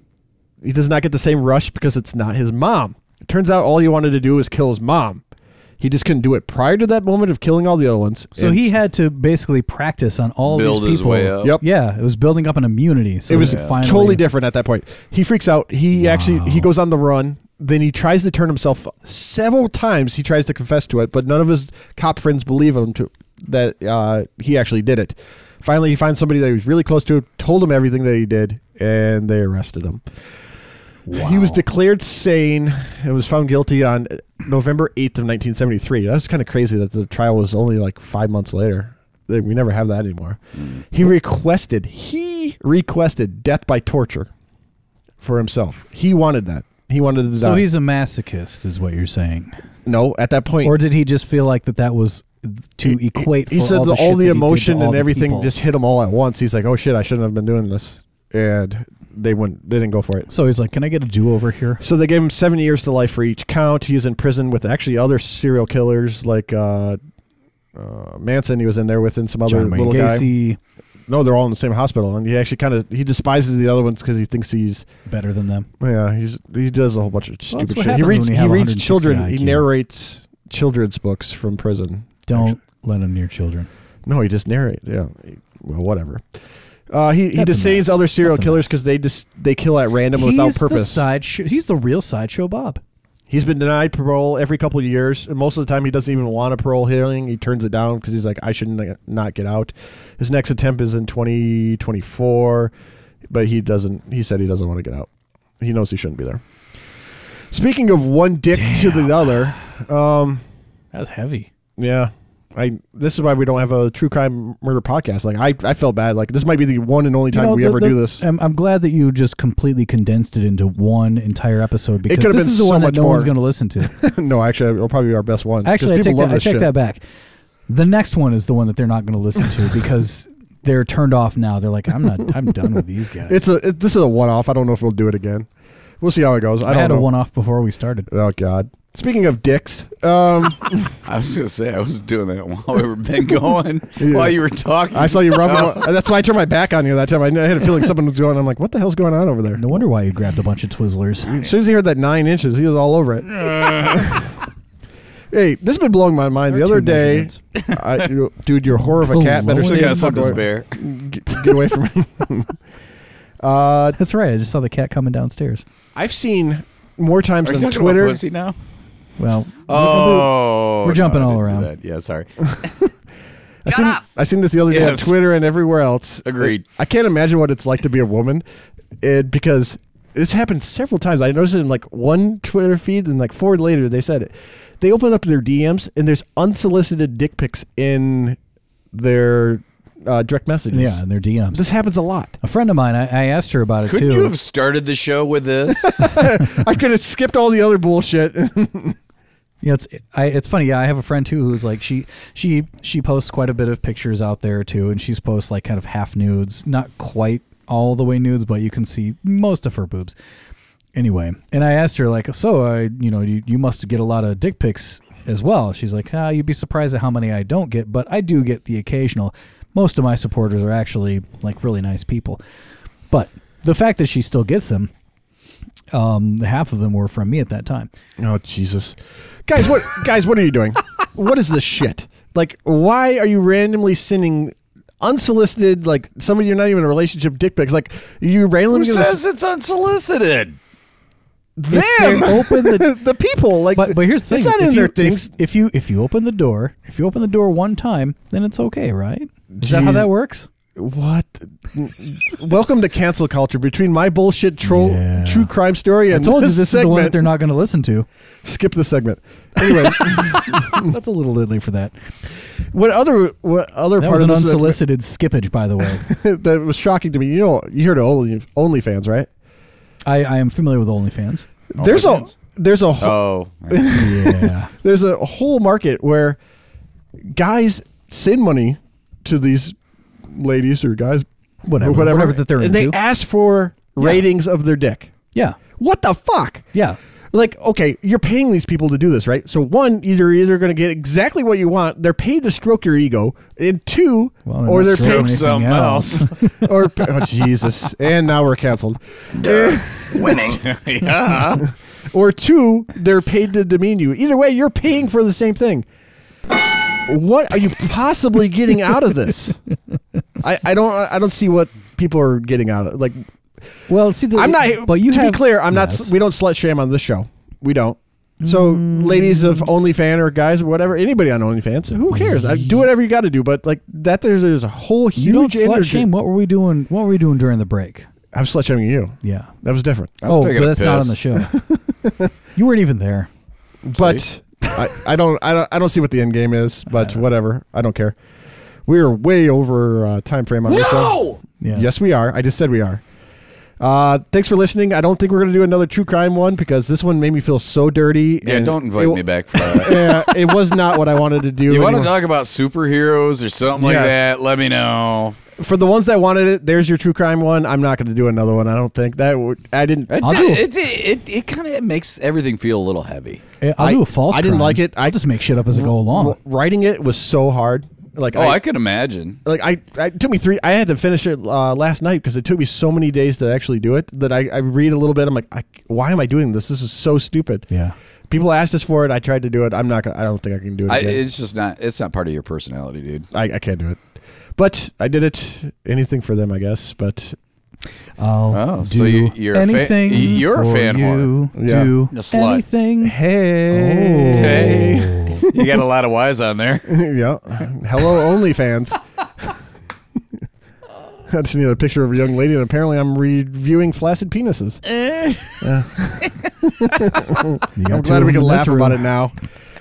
[SPEAKER 3] he does not get the same rush because it's not his mom. It turns out all he wanted to do was kill his mom. He just couldn't do it prior to that moment of killing all the other ones.
[SPEAKER 4] So
[SPEAKER 3] And
[SPEAKER 4] he had to basically practice on all
[SPEAKER 8] Build
[SPEAKER 4] these
[SPEAKER 8] his
[SPEAKER 4] people.
[SPEAKER 8] way up.
[SPEAKER 3] Yep.
[SPEAKER 4] Yeah, it was building up an immunity. So
[SPEAKER 3] it was
[SPEAKER 4] he finally,
[SPEAKER 3] totally different at that point. He freaks out. He actually he goes on the run. Then he tries to turn himself several times. He tries to confess to it, but none of his cop friends believe him to that uh, he actually did it. Finally, he finds somebody that he was really close to, told him everything that he did, and they arrested him. He was declared sane and was found guilty on uh, November 8th of 1973. That's kind of crazy that the trial was only like five months later. They- We never have that anymore. He requested, he requested death by torture for himself. He wanted that. He wanted to die.
[SPEAKER 4] So he's a masochist, is what you're saying,
[SPEAKER 3] no at that point.
[SPEAKER 4] or did he just feel like that that was to equate?
[SPEAKER 3] he
[SPEAKER 4] for
[SPEAKER 3] said
[SPEAKER 4] all
[SPEAKER 3] that
[SPEAKER 4] the, shit
[SPEAKER 3] all the
[SPEAKER 4] that he did to
[SPEAKER 3] emotion
[SPEAKER 4] all
[SPEAKER 3] and
[SPEAKER 4] the
[SPEAKER 3] everything
[SPEAKER 4] people?
[SPEAKER 3] just hit him all at once. He's like, "Oh shit, I shouldn't have been doing this," and they wouldn't. They didn't go for it.
[SPEAKER 4] So he's like, "Can I get a do-over here?"
[SPEAKER 3] So they gave him seven years to life for each count. He's in prison with actually other serial killers like uh, uh, Manson. He was in there with, and some other
[SPEAKER 2] John Wayne
[SPEAKER 3] little guy.
[SPEAKER 4] Gacy,
[SPEAKER 3] No, they're all in the same hospital, and he actually kind of he despises the other ones because he thinks he's
[SPEAKER 4] better than them.
[SPEAKER 3] yeah he's he does a whole bunch of
[SPEAKER 4] Well, that's
[SPEAKER 3] stupid shit.
[SPEAKER 4] what
[SPEAKER 3] He
[SPEAKER 4] happens
[SPEAKER 3] reads
[SPEAKER 4] when you
[SPEAKER 3] he
[SPEAKER 4] have
[SPEAKER 3] reads
[SPEAKER 4] 160
[SPEAKER 3] children. He
[SPEAKER 4] IQ.
[SPEAKER 3] narrates children's books from prison.
[SPEAKER 4] Don't let him near children.
[SPEAKER 3] No, he just narrates. Yeah, well, whatever. Uh, he he
[SPEAKER 4] That's a
[SPEAKER 3] disdains
[SPEAKER 4] mess.
[SPEAKER 3] other serial
[SPEAKER 4] That's a
[SPEAKER 3] killers
[SPEAKER 4] mess.
[SPEAKER 3] because they just they kill at random without
[SPEAKER 4] he's The
[SPEAKER 3] purpose.
[SPEAKER 4] side sh- he's the real sideshow Bob.
[SPEAKER 3] He's been denied parole every couple of years, and most of the time he doesn't even want a parole hearing. He turns it down because he's like, I shouldn't like, not get out. His next attempt is in 2024, but he doesn't. He said he doesn't want to get out. He knows he shouldn't be there. Speaking of one dick to the other,
[SPEAKER 4] That was heavy.
[SPEAKER 3] yeah, I. This is why we don't have a true crime murder podcast. Like I, I felt bad. Like this might be the one and only time
[SPEAKER 4] know,
[SPEAKER 3] we
[SPEAKER 4] the-
[SPEAKER 3] ever
[SPEAKER 4] the-
[SPEAKER 3] do this.
[SPEAKER 4] I'm, I'm glad that you just completely condensed it into one entire episode because
[SPEAKER 3] could've
[SPEAKER 4] this
[SPEAKER 3] been
[SPEAKER 4] is the
[SPEAKER 3] so
[SPEAKER 4] one that
[SPEAKER 3] much
[SPEAKER 4] no one's
[SPEAKER 3] more.
[SPEAKER 4] going to listen to.
[SPEAKER 3] no, actually, it'll probably be our best one. 'cause
[SPEAKER 4] Actually, I
[SPEAKER 3] people
[SPEAKER 4] take,
[SPEAKER 3] love
[SPEAKER 4] that, I
[SPEAKER 3] this
[SPEAKER 4] take
[SPEAKER 3] shit.
[SPEAKER 4] that back. The next one is the one that they're not going to listen to because they're turned off now. They're like, I'm not. I'm done with these guys.
[SPEAKER 3] It's a. It, this is a one-off. I don't know if we'll do it again. We'll see how it goes. I,
[SPEAKER 4] I,
[SPEAKER 3] don't
[SPEAKER 4] had
[SPEAKER 3] know.
[SPEAKER 4] a one off before we started.
[SPEAKER 3] Oh God. Speaking of dicks, um,
[SPEAKER 2] I was gonna say I was doing that while we were been going while you were talking.
[SPEAKER 3] I saw you rubbing. That's why I turned my back on you that time. I, knew- I had a feeling something was going. on. I'm like, what the hell's going on over there?
[SPEAKER 4] No wonder why you grabbed a bunch of Twizzlers.
[SPEAKER 3] As soon as he heard that nine inches, he was all over it. hey, this has been blowing my mind. The
[SPEAKER 4] There are
[SPEAKER 3] other
[SPEAKER 4] two
[SPEAKER 3] day,
[SPEAKER 4] measurements.
[SPEAKER 3] I, you- dude, your horror of a cat better
[SPEAKER 4] Blowing
[SPEAKER 3] stay
[SPEAKER 4] my
[SPEAKER 3] the fuck away- Get, get away from me. uh,
[SPEAKER 4] That's right. I just saw the cat coming downstairs.
[SPEAKER 3] I've seen more times
[SPEAKER 2] Are you
[SPEAKER 3] than
[SPEAKER 2] talking
[SPEAKER 3] Twitter.
[SPEAKER 2] about pussy now?
[SPEAKER 4] Well,
[SPEAKER 2] Oh,
[SPEAKER 4] We're jumping
[SPEAKER 2] no, I
[SPEAKER 4] all
[SPEAKER 2] didn't do
[SPEAKER 4] around.
[SPEAKER 2] that. Yeah, sorry.
[SPEAKER 3] I seen, I seen this the other day
[SPEAKER 2] Yes.
[SPEAKER 3] on Twitter and everywhere else.
[SPEAKER 2] Agreed.
[SPEAKER 3] I, I can't imagine what it's like to be a woman, it, because this happened several times. I noticed it in like one Twitter feed, and like four later they said it. They open up their DMs and there's unsolicited dick pics in their uh, direct messages.
[SPEAKER 4] yeah, and their DMs.
[SPEAKER 3] this happens a lot.
[SPEAKER 4] A friend of mine, I, I asked her about it
[SPEAKER 2] Couldn't
[SPEAKER 4] too.
[SPEAKER 2] you have started the show with this?
[SPEAKER 3] I could have skipped all the other bullshit.
[SPEAKER 4] Yeah, it's I, it's funny. Yeah, I have a friend too who's like she she she posts quite a bit of pictures out there too, and she's posts like kind of half nudes, not quite all the way nudes, but you can see most of her boobs. Anyway, and I asked her like, so I you know you, you must get a lot of dick pics as well. She's like, ah, you'd be surprised at how many I don't get, but I do get the occasional. Most of my supporters are actually like really nice people, but the fact that she still gets them, um, half of them were from me at that time.
[SPEAKER 3] oh Jesus, guys! What guys? What are you doing? what is this shit? Like, why are you randomly sending? Unsolicited, like somebody you're not even in a relationship, dick pics. Like you randomly
[SPEAKER 2] Who
[SPEAKER 3] gonna
[SPEAKER 2] says it's unsolicited?
[SPEAKER 3] them.
[SPEAKER 4] they're open the-
[SPEAKER 3] the people. Like,
[SPEAKER 4] But but here's the thing:
[SPEAKER 3] It's not
[SPEAKER 4] if
[SPEAKER 3] in
[SPEAKER 4] you,
[SPEAKER 3] their
[SPEAKER 4] if-
[SPEAKER 3] things.
[SPEAKER 4] If, you if you open the door, if you open the door one time, then it's okay, right? Is that how
[SPEAKER 3] Jeez.
[SPEAKER 4] that works?
[SPEAKER 3] what? Welcome to cancel culture. Between my bullshit troll,
[SPEAKER 4] Yeah.
[SPEAKER 3] true crime story,
[SPEAKER 4] I
[SPEAKER 3] and
[SPEAKER 4] told you
[SPEAKER 3] this,
[SPEAKER 4] this is the
[SPEAKER 3] segment.
[SPEAKER 4] one that they're not going to listen to.
[SPEAKER 3] Skip the segment. Anyway,
[SPEAKER 4] That's a little diddly for that.
[SPEAKER 3] what other what other
[SPEAKER 4] That
[SPEAKER 3] part
[SPEAKER 4] was an
[SPEAKER 3] of this that-
[SPEAKER 4] unsolicited skippage, by the way.
[SPEAKER 3] that was shocking to me? You know, you heard of Only OnlyFans, right?
[SPEAKER 4] I, I am familiar with OnlyFans.
[SPEAKER 3] there's a
[SPEAKER 2] OnlyFans.
[SPEAKER 3] there's a whole
[SPEAKER 2] Oh,
[SPEAKER 4] Yeah,
[SPEAKER 3] there's a whole market where guys send money to these ladies or guys,
[SPEAKER 4] Whatever,
[SPEAKER 3] or
[SPEAKER 4] whatever that they're
[SPEAKER 3] and
[SPEAKER 4] into.
[SPEAKER 3] they ask for ratings of their dick.
[SPEAKER 4] yeah,
[SPEAKER 3] What the fuck?
[SPEAKER 4] yeah.
[SPEAKER 3] Like, okay, you're paying these people to do this, right? So one, either either going to get exactly what you want, they're paid to stroke your ego, and two,
[SPEAKER 4] Well,
[SPEAKER 3] or
[SPEAKER 4] not
[SPEAKER 3] they're
[SPEAKER 4] selling
[SPEAKER 3] paid
[SPEAKER 4] anything
[SPEAKER 2] something else.
[SPEAKER 3] or oh, Jesus, and now we're canceled.
[SPEAKER 5] Duh. Winning.
[SPEAKER 2] yeah.
[SPEAKER 3] Or two, they're paid to demean you. Either way, you're paying for the same thing. What are you possibly getting out of this? I, I don't I don't see what people are getting out of like
[SPEAKER 4] Well, see, the,
[SPEAKER 3] I'm not.
[SPEAKER 4] But you
[SPEAKER 3] to
[SPEAKER 4] have,
[SPEAKER 3] be clear, I'm not.
[SPEAKER 4] Yes. Mm.
[SPEAKER 3] We don't slut shame on this show. We don't. So, ladies of OnlyFans or guys or whatever, anybody on OnlyFans, who cares? I, do whatever you got to do. But like that, there's, there's a whole huge
[SPEAKER 4] you don't slut
[SPEAKER 3] energy.
[SPEAKER 4] shame. What were we doing? What were we doing during the break?
[SPEAKER 3] I'm slut shaming you.
[SPEAKER 4] Yeah.
[SPEAKER 3] That was different.
[SPEAKER 2] I was
[SPEAKER 4] oh,
[SPEAKER 2] taking
[SPEAKER 4] but
[SPEAKER 2] a
[SPEAKER 4] that's not on
[SPEAKER 2] piss.
[SPEAKER 4] the show. you weren't even there.
[SPEAKER 3] But I, I don't I don't I don't see what the end game is. But whatever, I don't care. We are way over uh, time frame on this one.
[SPEAKER 9] No!
[SPEAKER 4] Yes.
[SPEAKER 3] Yes, we are. I just said we are. Uh, thanks for listening. I don't think we're going to do another true crime one because this one made me feel so dirty.
[SPEAKER 2] Yeah,
[SPEAKER 3] and
[SPEAKER 2] don't
[SPEAKER 3] it
[SPEAKER 2] invite
[SPEAKER 3] wa-
[SPEAKER 2] me back for that.
[SPEAKER 3] yeah, it was not what I wanted to do.
[SPEAKER 2] You want to
[SPEAKER 3] anymore.
[SPEAKER 2] talk about superheroes or something like
[SPEAKER 3] Yes.
[SPEAKER 2] that? Let me know.
[SPEAKER 3] for the ones that wanted it, there's your true crime one. I'm not going to do another one. I don't think that would, I didn't.
[SPEAKER 2] It,
[SPEAKER 4] I'll do
[SPEAKER 2] it, it, it, kind of makes everything feel a little heavy.
[SPEAKER 4] Eh, I'll
[SPEAKER 3] I-
[SPEAKER 4] do a false.
[SPEAKER 3] I didn't
[SPEAKER 4] crime.
[SPEAKER 3] like it. I-
[SPEAKER 4] I'll just make shit up as I go along.
[SPEAKER 3] wr- writing it was so hard. Like
[SPEAKER 2] Oh, I, could imagine.
[SPEAKER 3] like I, I it took me three. I had to finish it uh, last night because it took me so many days to actually do it that I, I read a little bit. I'm like, I, why am I doing this? This is so stupid.
[SPEAKER 4] Yeah.
[SPEAKER 3] People asked us for it. I tried to do it. I'm not. Gonna, I don't think I can do it.
[SPEAKER 2] I,
[SPEAKER 3] again.
[SPEAKER 2] it's just not. It's not part of your personality, dude.
[SPEAKER 3] I, I can't do it. But I did it. Anything for them, I guess. But
[SPEAKER 4] I'll
[SPEAKER 2] Oh,
[SPEAKER 4] do
[SPEAKER 2] so you- you're a fa-
[SPEAKER 4] anything.
[SPEAKER 2] you're a
[SPEAKER 4] for
[SPEAKER 2] fan
[SPEAKER 4] you.
[SPEAKER 3] Yeah.
[SPEAKER 4] Do
[SPEAKER 2] A slut.
[SPEAKER 4] anything.
[SPEAKER 3] hey,
[SPEAKER 2] Hey.
[SPEAKER 4] Oh.
[SPEAKER 2] you got a lot of whys on there.
[SPEAKER 3] yeah. Hello, OnlyFans. I just need a picture of a young lady, and apparently I'm reviewing flaccid penises.
[SPEAKER 4] You got
[SPEAKER 3] I'm
[SPEAKER 4] two
[SPEAKER 3] glad
[SPEAKER 4] of
[SPEAKER 3] we
[SPEAKER 4] them
[SPEAKER 3] can
[SPEAKER 4] in
[SPEAKER 3] laugh
[SPEAKER 4] this room.
[SPEAKER 3] about it now.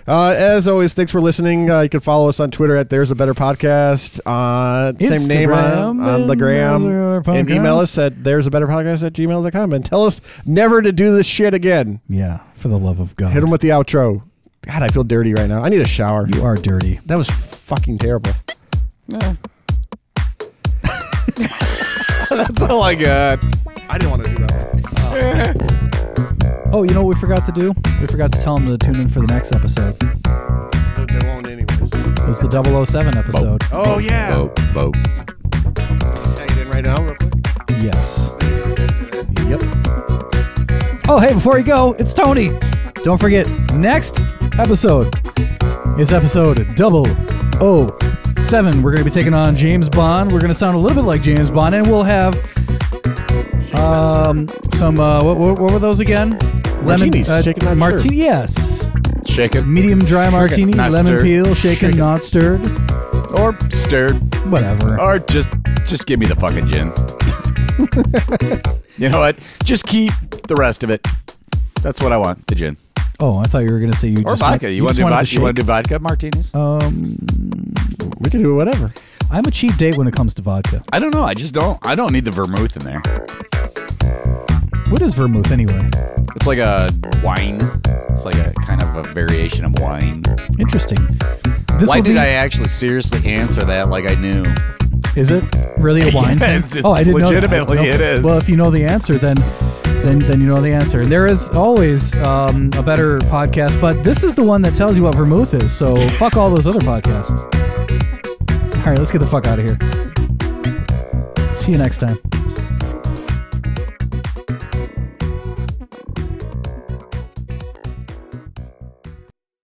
[SPEAKER 3] Uh, as always, thanks for listening. Uh, you can follow us on Twitter at There's a Better Podcast. Uh, same name on,
[SPEAKER 4] Instagram
[SPEAKER 3] on the
[SPEAKER 4] and
[SPEAKER 3] gram.
[SPEAKER 4] There's a Better
[SPEAKER 3] And email
[SPEAKER 4] Podcast.
[SPEAKER 3] us at There's a Better Podcast at gmail.com. And tell us never to do this shit again.
[SPEAKER 4] Yeah, for the love of God.
[SPEAKER 3] Hit them with the outro. God, I feel dirty right now. I need a shower.
[SPEAKER 4] You are dirty.
[SPEAKER 3] That was fucking terrible.
[SPEAKER 2] That's all I got.
[SPEAKER 3] I didn't want to do that.
[SPEAKER 4] Oh, you know what we forgot to do? We forgot to tell them to tune in for the next episode. It
[SPEAKER 3] They won't anyways.
[SPEAKER 4] was the 007 episode.
[SPEAKER 3] Oh, yeah.
[SPEAKER 2] Boat, boat.
[SPEAKER 3] Tag it in right now, real quick.
[SPEAKER 4] Yes. Yep. Oh, hey, before you go, it's Tony. Don't forget, next episode is episode 007. We're going to be taking on James Bond. We're going to sound a little bit like James Bond, and we'll have um, some, uh, what, what, what were those again?
[SPEAKER 3] Martinis. Shaken, not
[SPEAKER 4] martini,
[SPEAKER 3] stirred.
[SPEAKER 4] yes.
[SPEAKER 2] Shake it
[SPEAKER 4] Medium dry martini,
[SPEAKER 2] not
[SPEAKER 4] lemon
[SPEAKER 2] stirred.
[SPEAKER 4] peel, shaken,
[SPEAKER 3] Shaken.
[SPEAKER 4] not stirred,
[SPEAKER 2] or stirred
[SPEAKER 4] whatever.
[SPEAKER 2] or just just give me the fucking gin. you know what? Just keep the rest of it. That's what I want. The gin
[SPEAKER 4] Oh, I thought you were going to say you
[SPEAKER 2] or
[SPEAKER 4] just
[SPEAKER 2] vodka.
[SPEAKER 4] want-
[SPEAKER 2] you want
[SPEAKER 4] just
[SPEAKER 2] to do
[SPEAKER 4] wanted
[SPEAKER 2] vodka? You want
[SPEAKER 4] shake. Oh.
[SPEAKER 2] to do vodka martinis?
[SPEAKER 3] We can do whatever.
[SPEAKER 4] I'm a cheap date when it comes to vodka.
[SPEAKER 2] I don't know. I just don't. I don't need the vermouth in there.
[SPEAKER 4] What is vermouth anyway?
[SPEAKER 2] It's like a wine. It's like a kind of a variation of wine.
[SPEAKER 4] Interesting. This
[SPEAKER 2] Why
[SPEAKER 4] will
[SPEAKER 2] did
[SPEAKER 4] be-
[SPEAKER 2] I actually seriously answer that like I knew?
[SPEAKER 4] Is it really a wine?
[SPEAKER 2] Yeah,
[SPEAKER 4] thing?
[SPEAKER 2] it's
[SPEAKER 4] Oh, I didn't
[SPEAKER 2] legitimately
[SPEAKER 4] know. that.
[SPEAKER 2] it is.
[SPEAKER 4] Well, if you know the answer, then then then you know the answer. And there is always um, a better podcast, but this is the one that tells you what vermouth is. So fuck all those other podcasts. All right, let's get the fuck out of here. See you next time.